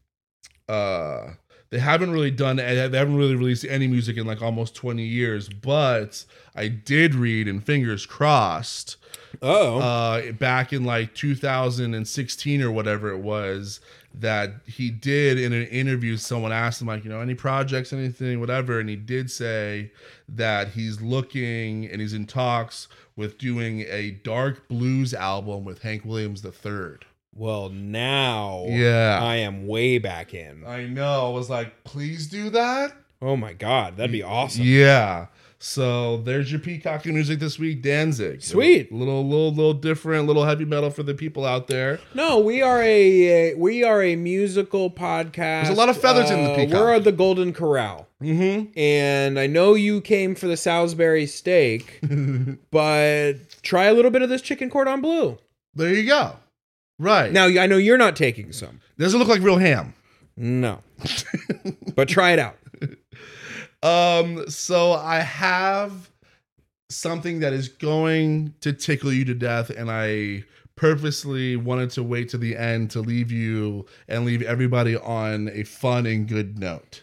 uh, they haven't really done, they haven't really released any music in like almost 20 years. But I did read, and fingers crossed,
Oh,
uh, back in like 2016 or whatever it was that he did in an interview someone asked him like you know any projects anything whatever and he did say that he's looking and he's in talks with doing a dark blues album with hank williams the third
well now.
yeah
I am way back in.
i know i was like please do that
Oh my god, that'd be awesome.
Yeah. So there's your peacocking music this week, Danzig.
Sweet.
Little, little, little different, little heavy metal for the people out there.
No, we are a, a- we are a musical podcast. There's
a lot of feathers in the peacock.
We're the Golden Corral,
Mm-hmm.
and I know you came for the Salisbury steak, but try a little bit of this chicken cordon bleu.
There you go. Right. Now
Now I know you're not taking some.
doesn't look like real ham.
No, but try it out.
Um, so I have something that is going to tickle you to death, and I purposely wanted to wait to the end to leave you and leave everybody on a fun and good note.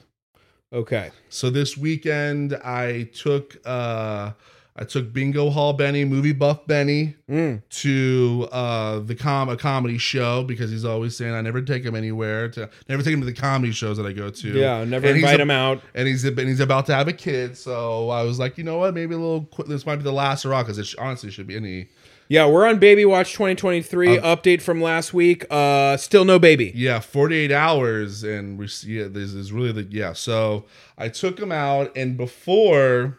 Okay.
So this weekend I took uh I took Bingo Hall Benny, movie buff Benny,
Mm.
to uh the com a comedy show because he's always saying I never take him anywhere to never take him to the comedy shows that I go to.
Yeah. Never
And he's
invite
a-
him out.
And he's and he's about to have a kid, so I was like, you know what, maybe a little. Qu- this might be the last hurrah because it sh- honestly should be any.
Yeah, we're on Baby Watch 2023
Uh,
update from last week. Uh, still no baby.
Yeah, 48 hours and we see yeah, this is really the yeah. So I took him out and before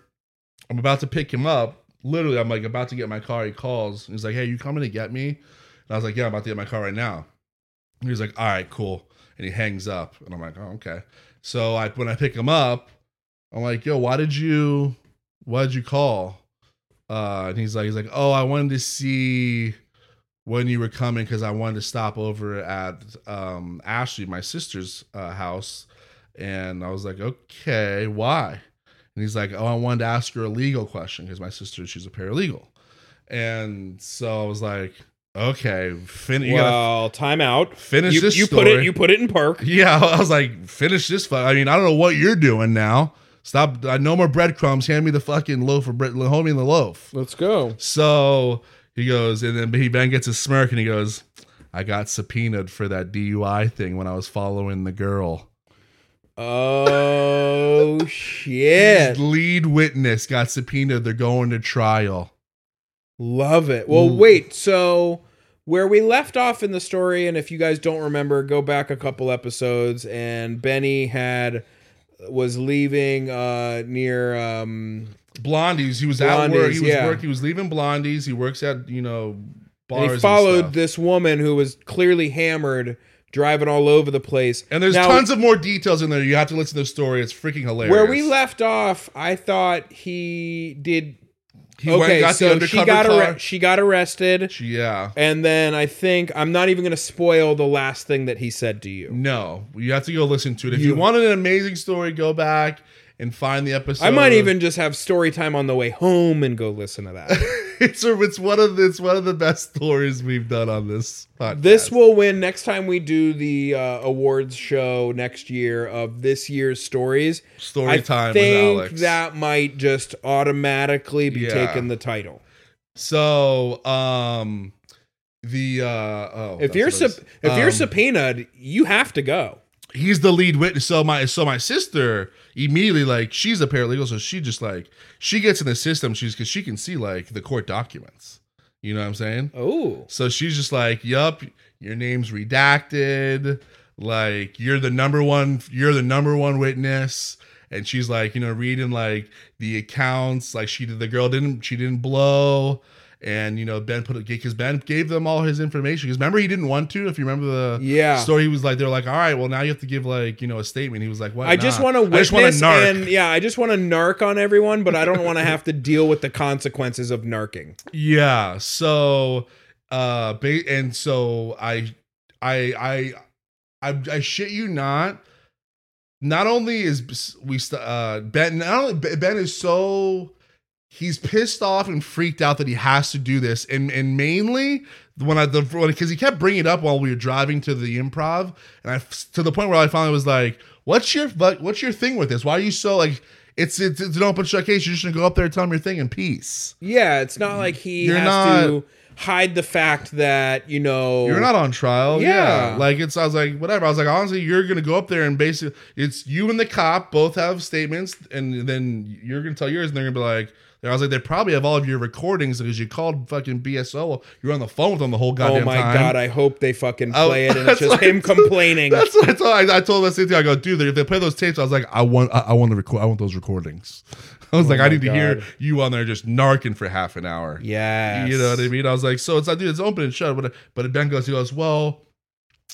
I'm about to pick him up, literally I'm like about to get in my car, he calls and he's like, Hey, you coming to get me? And I was like, Yeah, I'm about to get in my car right now. And he's like, All right, cool. And he hangs up and I'm like, Oh, okay. So I when I pick him up, I'm like, yo, why did you why did you call? Uh and he's like, he's like, Oh, I wanted to see when you were coming because I wanted to stop over at um, Ashley, my sister's uh, house. And I was like, okay, why? And he's like, oh, I wanted to ask her a legal question because my sister, she's a paralegal. And so I was like, okay, fin- you gotta
well, time out.
finish
you,
this
you
story.
put it you put it in park
Yeah, I was like, finish this. Fu- I mean, I don't know what you're doing now. Stop. Uh, no more breadcrumbs. Hand me the fucking loaf of bread. Homie, in the loaf.
let's go
So he goes, and then he then gets a smirk, and he goes, "I got subpoenaed for that DUI thing when I was following the girl."
Oh shit!
Lead witness got subpoenaed. They're going to trial.
Love it. Well,
Ooh.
wait. So where we left off in the story, and if you guys don't remember, go back a couple episodes, and Benny had was leaving uh near um
Blondie's. He was at work. He
Blondie's,
was
yeah.
work. He was leaving Blondie's. He works at you know bars.
and he
and
followed
stuff.
this woman who was clearly hammered driving all over the place
And there's
Now,
tons of more details in there. You have to listen to the story. It's freaking hilarious.
where we left off i thought he did
He went and
okay
got the
so she
undercover
got
car.
arre- she got arrested
She- yeah.
and then i think i'm not even gonna spoil the last thing that he said to you
No, you have to go listen to it. If you,
You-
want an amazing story, go back and find the episode.
I might even just have story time on the way home and go listen to that.
it's a, it's one of the, it's one of the best stories we've done on this podcast.
this will win next time we do the uh, awards show next year of this year's stories.
story
I
time
think
with Alex.
that might just automatically be
Yeah.
taking the title.
so, um, the uh, oh,
If
that's
you're
what it is.
sub- if you're
Um,
subpoenaed, you have to go.
he's the lead witness. So my so my sister immediately like she's a paralegal, so she just like she gets in the system. She's because she can see like the court documents. You know what I'm saying?
Oh,
So she's just like, "Yup, your name's redacted. Like you're the number one. You're the number one witness." And she's like, you know, reading like the accounts. Like she did. The girl didn't. She didn't blow. And you know, Ben put it because Ben gave them all his information. Because remember, he didn't want to. If you remember the
Yeah.
story, he was like, they're like, all right, well now you have to give like you know a statement. He was like, what?
I just
Nah.
want to
I just wanna
witness
narc."
and yeah, I just want to narc on everyone, but I don't want to have to deal with the consequences of narking.
Yeah. So, uh, ba- and so I, I, I, I, I shit you not. Not only is we st- uh Ben, not only Ben Ben is so he's pissed off and freaked out that he has to do this, and and mainly when I the because he kept bringing it up while we were driving to the improv, and I to the point where I finally was like, "What's your fu- what's your thing with this? Why are you so like?" It's, it's it's an open shut case. You're just gonna go up there and tell them your thing in peace.
Yeah, it's not like he
You're
has
not-
to hide the fact that you know
You're not on trial. Yeah.
Yeah.
Like it's I was like, whatever. I was like, honestly, you're gonna go up there and basically it's you and the cop both have statements and then you're gonna tell yours and they're gonna be like I was like, they probably have all of your recordings because you called fucking BSO. You're on the phone with them the whole goddamn
oh
time.
my god! I hope they fucking
Oh,
play it, and
that's
it's just
what I
him complaining.
That's what I told. I, I told that same thing. I go, dude, if they play those tapes, I was like, I want, I, I want to record. I want those recordings. I was like, I
Oh my
need to hear
God.
you on there just narking for half an hour.
Yes,
You know what I mean? I was like, so it's like, dude, it's open and shut. But but Ben goes, he goes, well,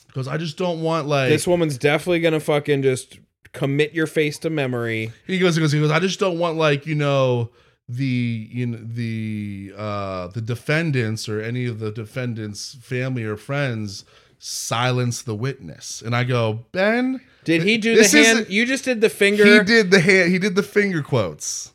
because I just don't want like
This woman's definitely gonna fucking just commit your face to memory.
He goes, he goes, he goes. I just don't want like you know the you know the uh the defendants or any of the defendants' family or friends silence the witness. And I go, Ben,
Did he do
This
the hand?
isn't-
You just did the finger.
he did the hand, he did the finger quotes.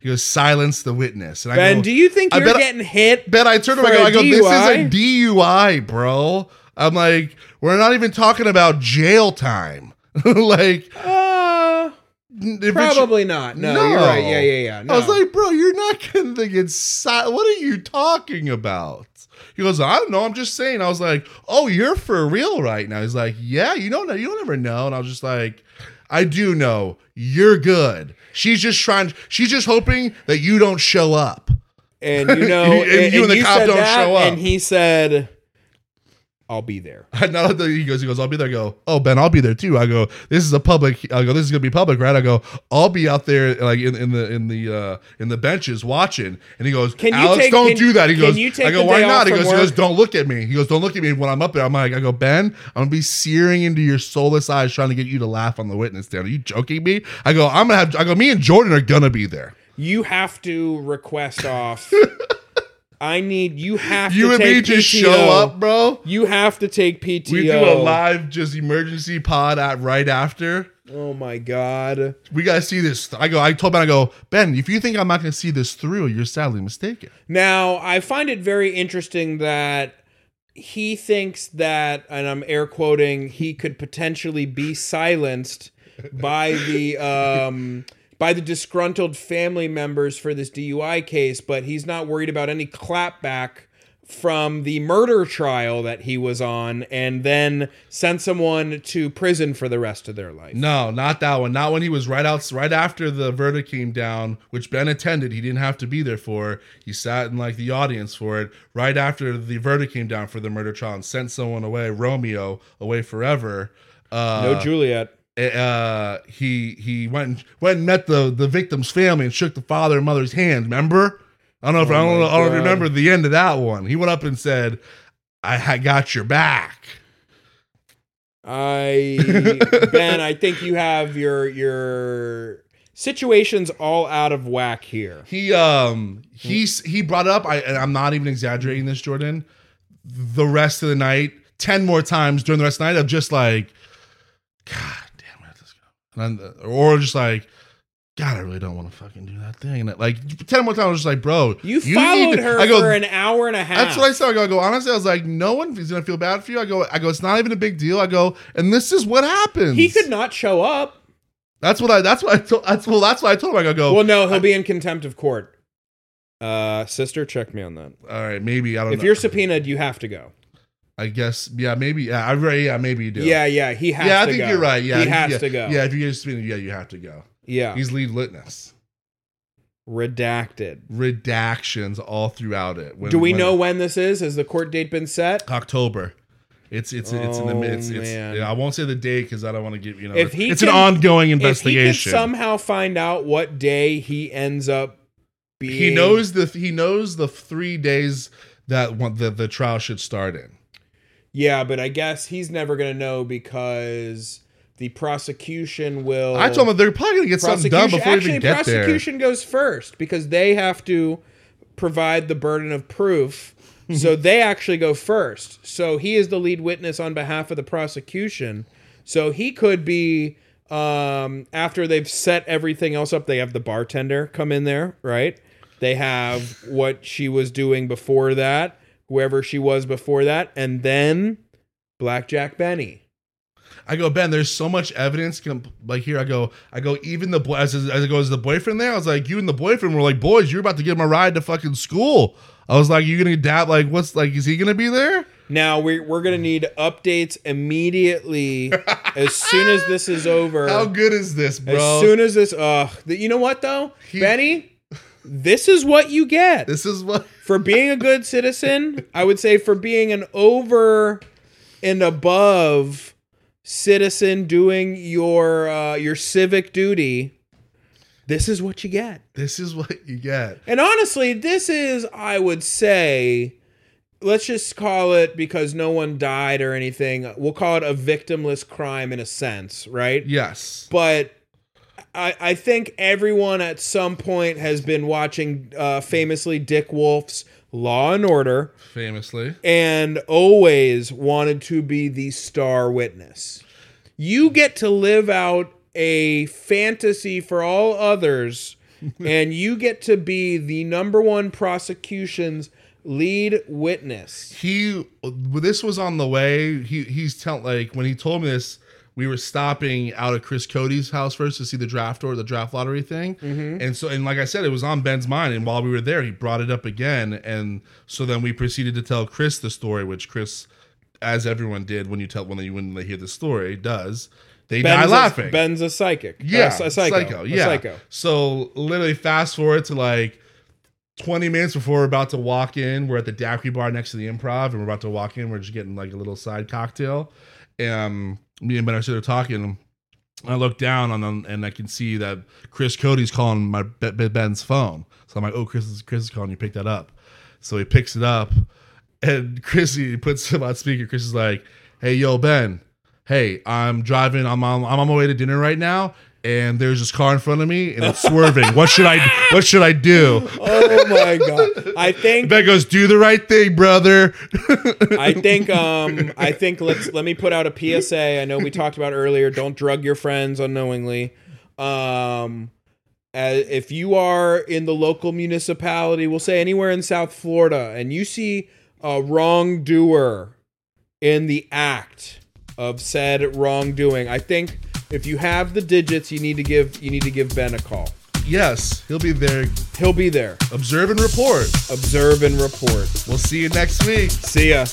He goes, silence the witness. And I
ben,
go,
do you think
I
you're
bet I-
getting hit?
Ben, I turned to him.
For
I go,
a
I go, this is a
DUI?
DUI, bro. I'm like, we're not even talking about jail time. like,
Uh,
if it's-
probably not. No, you're right. Yeah, yeah, yeah.
I was
No.
like, bro, you're not gonna think it's si- what are you talking about? He goes, I don't know, I'm just saying. I was like, Oh, you're for real right now. He's like, Yeah, you don't know, you don't ever know. And I was just like, I do know, you're good. She's just trying she's just hoping that you don't show up.
and you know,
And you and the cop
said
don't
that,
show up.
And he said, "I'll be there."
And now that he goes, he goes, I'll be there. I go, oh Ben, I'll be there too. I go, this is a public. I go, this is gonna be public, right? I go, I'll be out there like in, in the in the uh in the benches watching. And he goes,
Can you
Alex,
take-
don't
can-
do that. He
can
goes,
you take
I go,
the
why
day off
not? He
from
goes, he goes,
work?
don't look at me. He goes, don't look at me when I'm up there. I'm like, I go, Ben, I'm gonna be searing into your soulless eyes, trying to get you to laugh on the witness stand. Are you joking me? I go, I'm gonna have. I go, me and Jordan are gonna be there.
You have to request off. I need you have
You
to
and
take
me just
PTO.
show up, bro.
You have to take PTO.
We do a live just emergency pod at right after.
Oh my god.
we gotta see this. I go. I told Ben. I go. Ben, if you think I'm not gonna see this through, you're sadly mistaken.
Now, I find it very interesting that he thinks that, and I'm air quoting, he could potentially be silenced by the um, by the disgruntled family members for this DUI case, but he's not worried about any clapback from the murder trial that he was on and then sent someone to prison for the rest of their life.
No, not that one. Not when he was right out, right after the verdict came down, which Ben attended. He didn't have to be there for. He sat in like the audience for it. Right after the verdict came down for the murder trial, and sent someone away, Romeo, away forever. Uh,
No Juliet.
uh, he he went and, went and met the the victim's family and shook the father and mother's hands. Remember? I don't know if I, don't,
Oh my
I don't
God.
remember the end of that one. He went up and said, "I ha- got your back."
I Ben, I think you have your your situations all out of whack here.
He um
Mm.
he's he brought up. I and I'm not even exaggerating this, Jordan. The rest of the night, ten more times during the rest of the night, of just like, God damn it, this guy, and then, uh, or just like. God, I really don't want to fucking do that thing. And like ten more times, I was just like, bro,
You
need
followed
to-
her
I go,
for an hour and a half.
That's what I said. I go, I go, honestly, I was like, no one is gonna feel bad for you. I go, I go, it's not even a big deal. I go, and this is what happens.
He could not show up.
That's what I. That's what I told. That's well. That's what I told him. Oh, I go.
Well, no, he'll be in contempt of court. Uh, sister, check me on that.
all right, maybe I don't.
If
know.
you're subpoenaed, you have to go.
I guess. Yeah, maybe. Yeah, I. re- Yeah, maybe you do.
Yeah, yeah, he has.
Yeah, I
to
think
go.
you're right. Yeah,
he has
yeah,
to go.
Yeah, if you get suspended, yeah, you have to go.
yeah.
He's lead witness.
Redacted.
Redactions all throughout it. When-
Do we
when-
know when this is? Has the court date been set?
October? It's it's it's in the
Oh,
mid- it's, it's
man.
yeah, I won't say the date because I don't want to give you know.
If he
it's an
can-
ongoing
If he could
investigation.
somehow find out what day he ends up being,
he knows the he knows the three days that one, the the trial should start in.
Yeah, but I guess he's never gonna know because the prosecution will.
I told him they're probably gonna get something done
Prosecution-
before we
actually,
even get there.
prosecution goes first because they have to provide the burden of proof. so
Mm-hmm.
they actually go first. So he is the lead witness on behalf of the prosecution. So he could be um, after they've set everything else up. They have the bartender come in there, right? They have what she was doing before that, whoever she was before that, and then Blackjack Benny.
I go, Ben, there's so much evidence. com- Like here, I go, I go. Even the boy, as, as it goes, the boyfriend there. I was like, you and the boyfriend were like boys. You're about to give him a ride to fucking school. I was like, you gonna dab? Like, what's like? Is he gonna be there?
Now we're we're gonna need updates immediately as soon as this is over.
How good is this,
as
bro?
soon as this, uh, th- you know what though,
He-
Benny, this is what you get
this is what
for being a good citizen. I would say for being an over and above citizen doing your uh, your civic duty. This is what you get.
this is what you get.
And honestly, this is, I would say, let's just call it because no one died or anything. We'll call it a victimless crime in a sense, right?
Yes.
But I, I think everyone at some point has been watching uh, famously Dick Wolf's Law and Order
Famously.
and always wanted to be the star witness. You get to live out a fantasy for all others, and you get to be the number one prosecution's lead witness.
he this was on the way he he's telling like when he told me this we were stopping out at chris cody's house first to see the draft or the draft lottery thing and so and like i said it was on ben's mind and while we were there he brought it up again and so then we proceeded to tell chris the story which chris as everyone did when you tell when they when they hear the story does they die laughing
A, Ben's a psychic.
yeah,
a, psycho. a
yeah.
psycho.
So literally, fast forward to like twenty minutes before we're about to walk in. We're at the Daiquiri bar next to the Improv, and we're about to walk in. We're just getting like a little side cocktail. Um, me and Ben are sitting there talking. I look down on them and I can see that Chris Cody's calling my Be- Be- Ben's phone. So I'm like, "Oh, Chris is Chris is calling. You pick that up." So he picks it up, and Chrissy puts him on speaker. Chris is like, "Hey, yo, Ben. Hey, I'm driving. I'm on, I'm on my way to dinner right now, and there's this car in front of me, and it's swerving. What should I What should I do?"
Oh my god! I think
Ben goes, "Do the right thing, brother."
I think um I think let's let me put out a PSA. I know we talked about earlier. Don't drug your friends unknowingly. Um, uh, if you are in the local municipality, we'll say anywhere in South Florida, and you see a wrongdoer in the act of said wrongdoing, I think if you have the digits, you need to give you need to give Ben a call.
Yes, he'll be there.
He'll be there.
Observe and report.
Observe and report.
We'll see you next week.
See ya.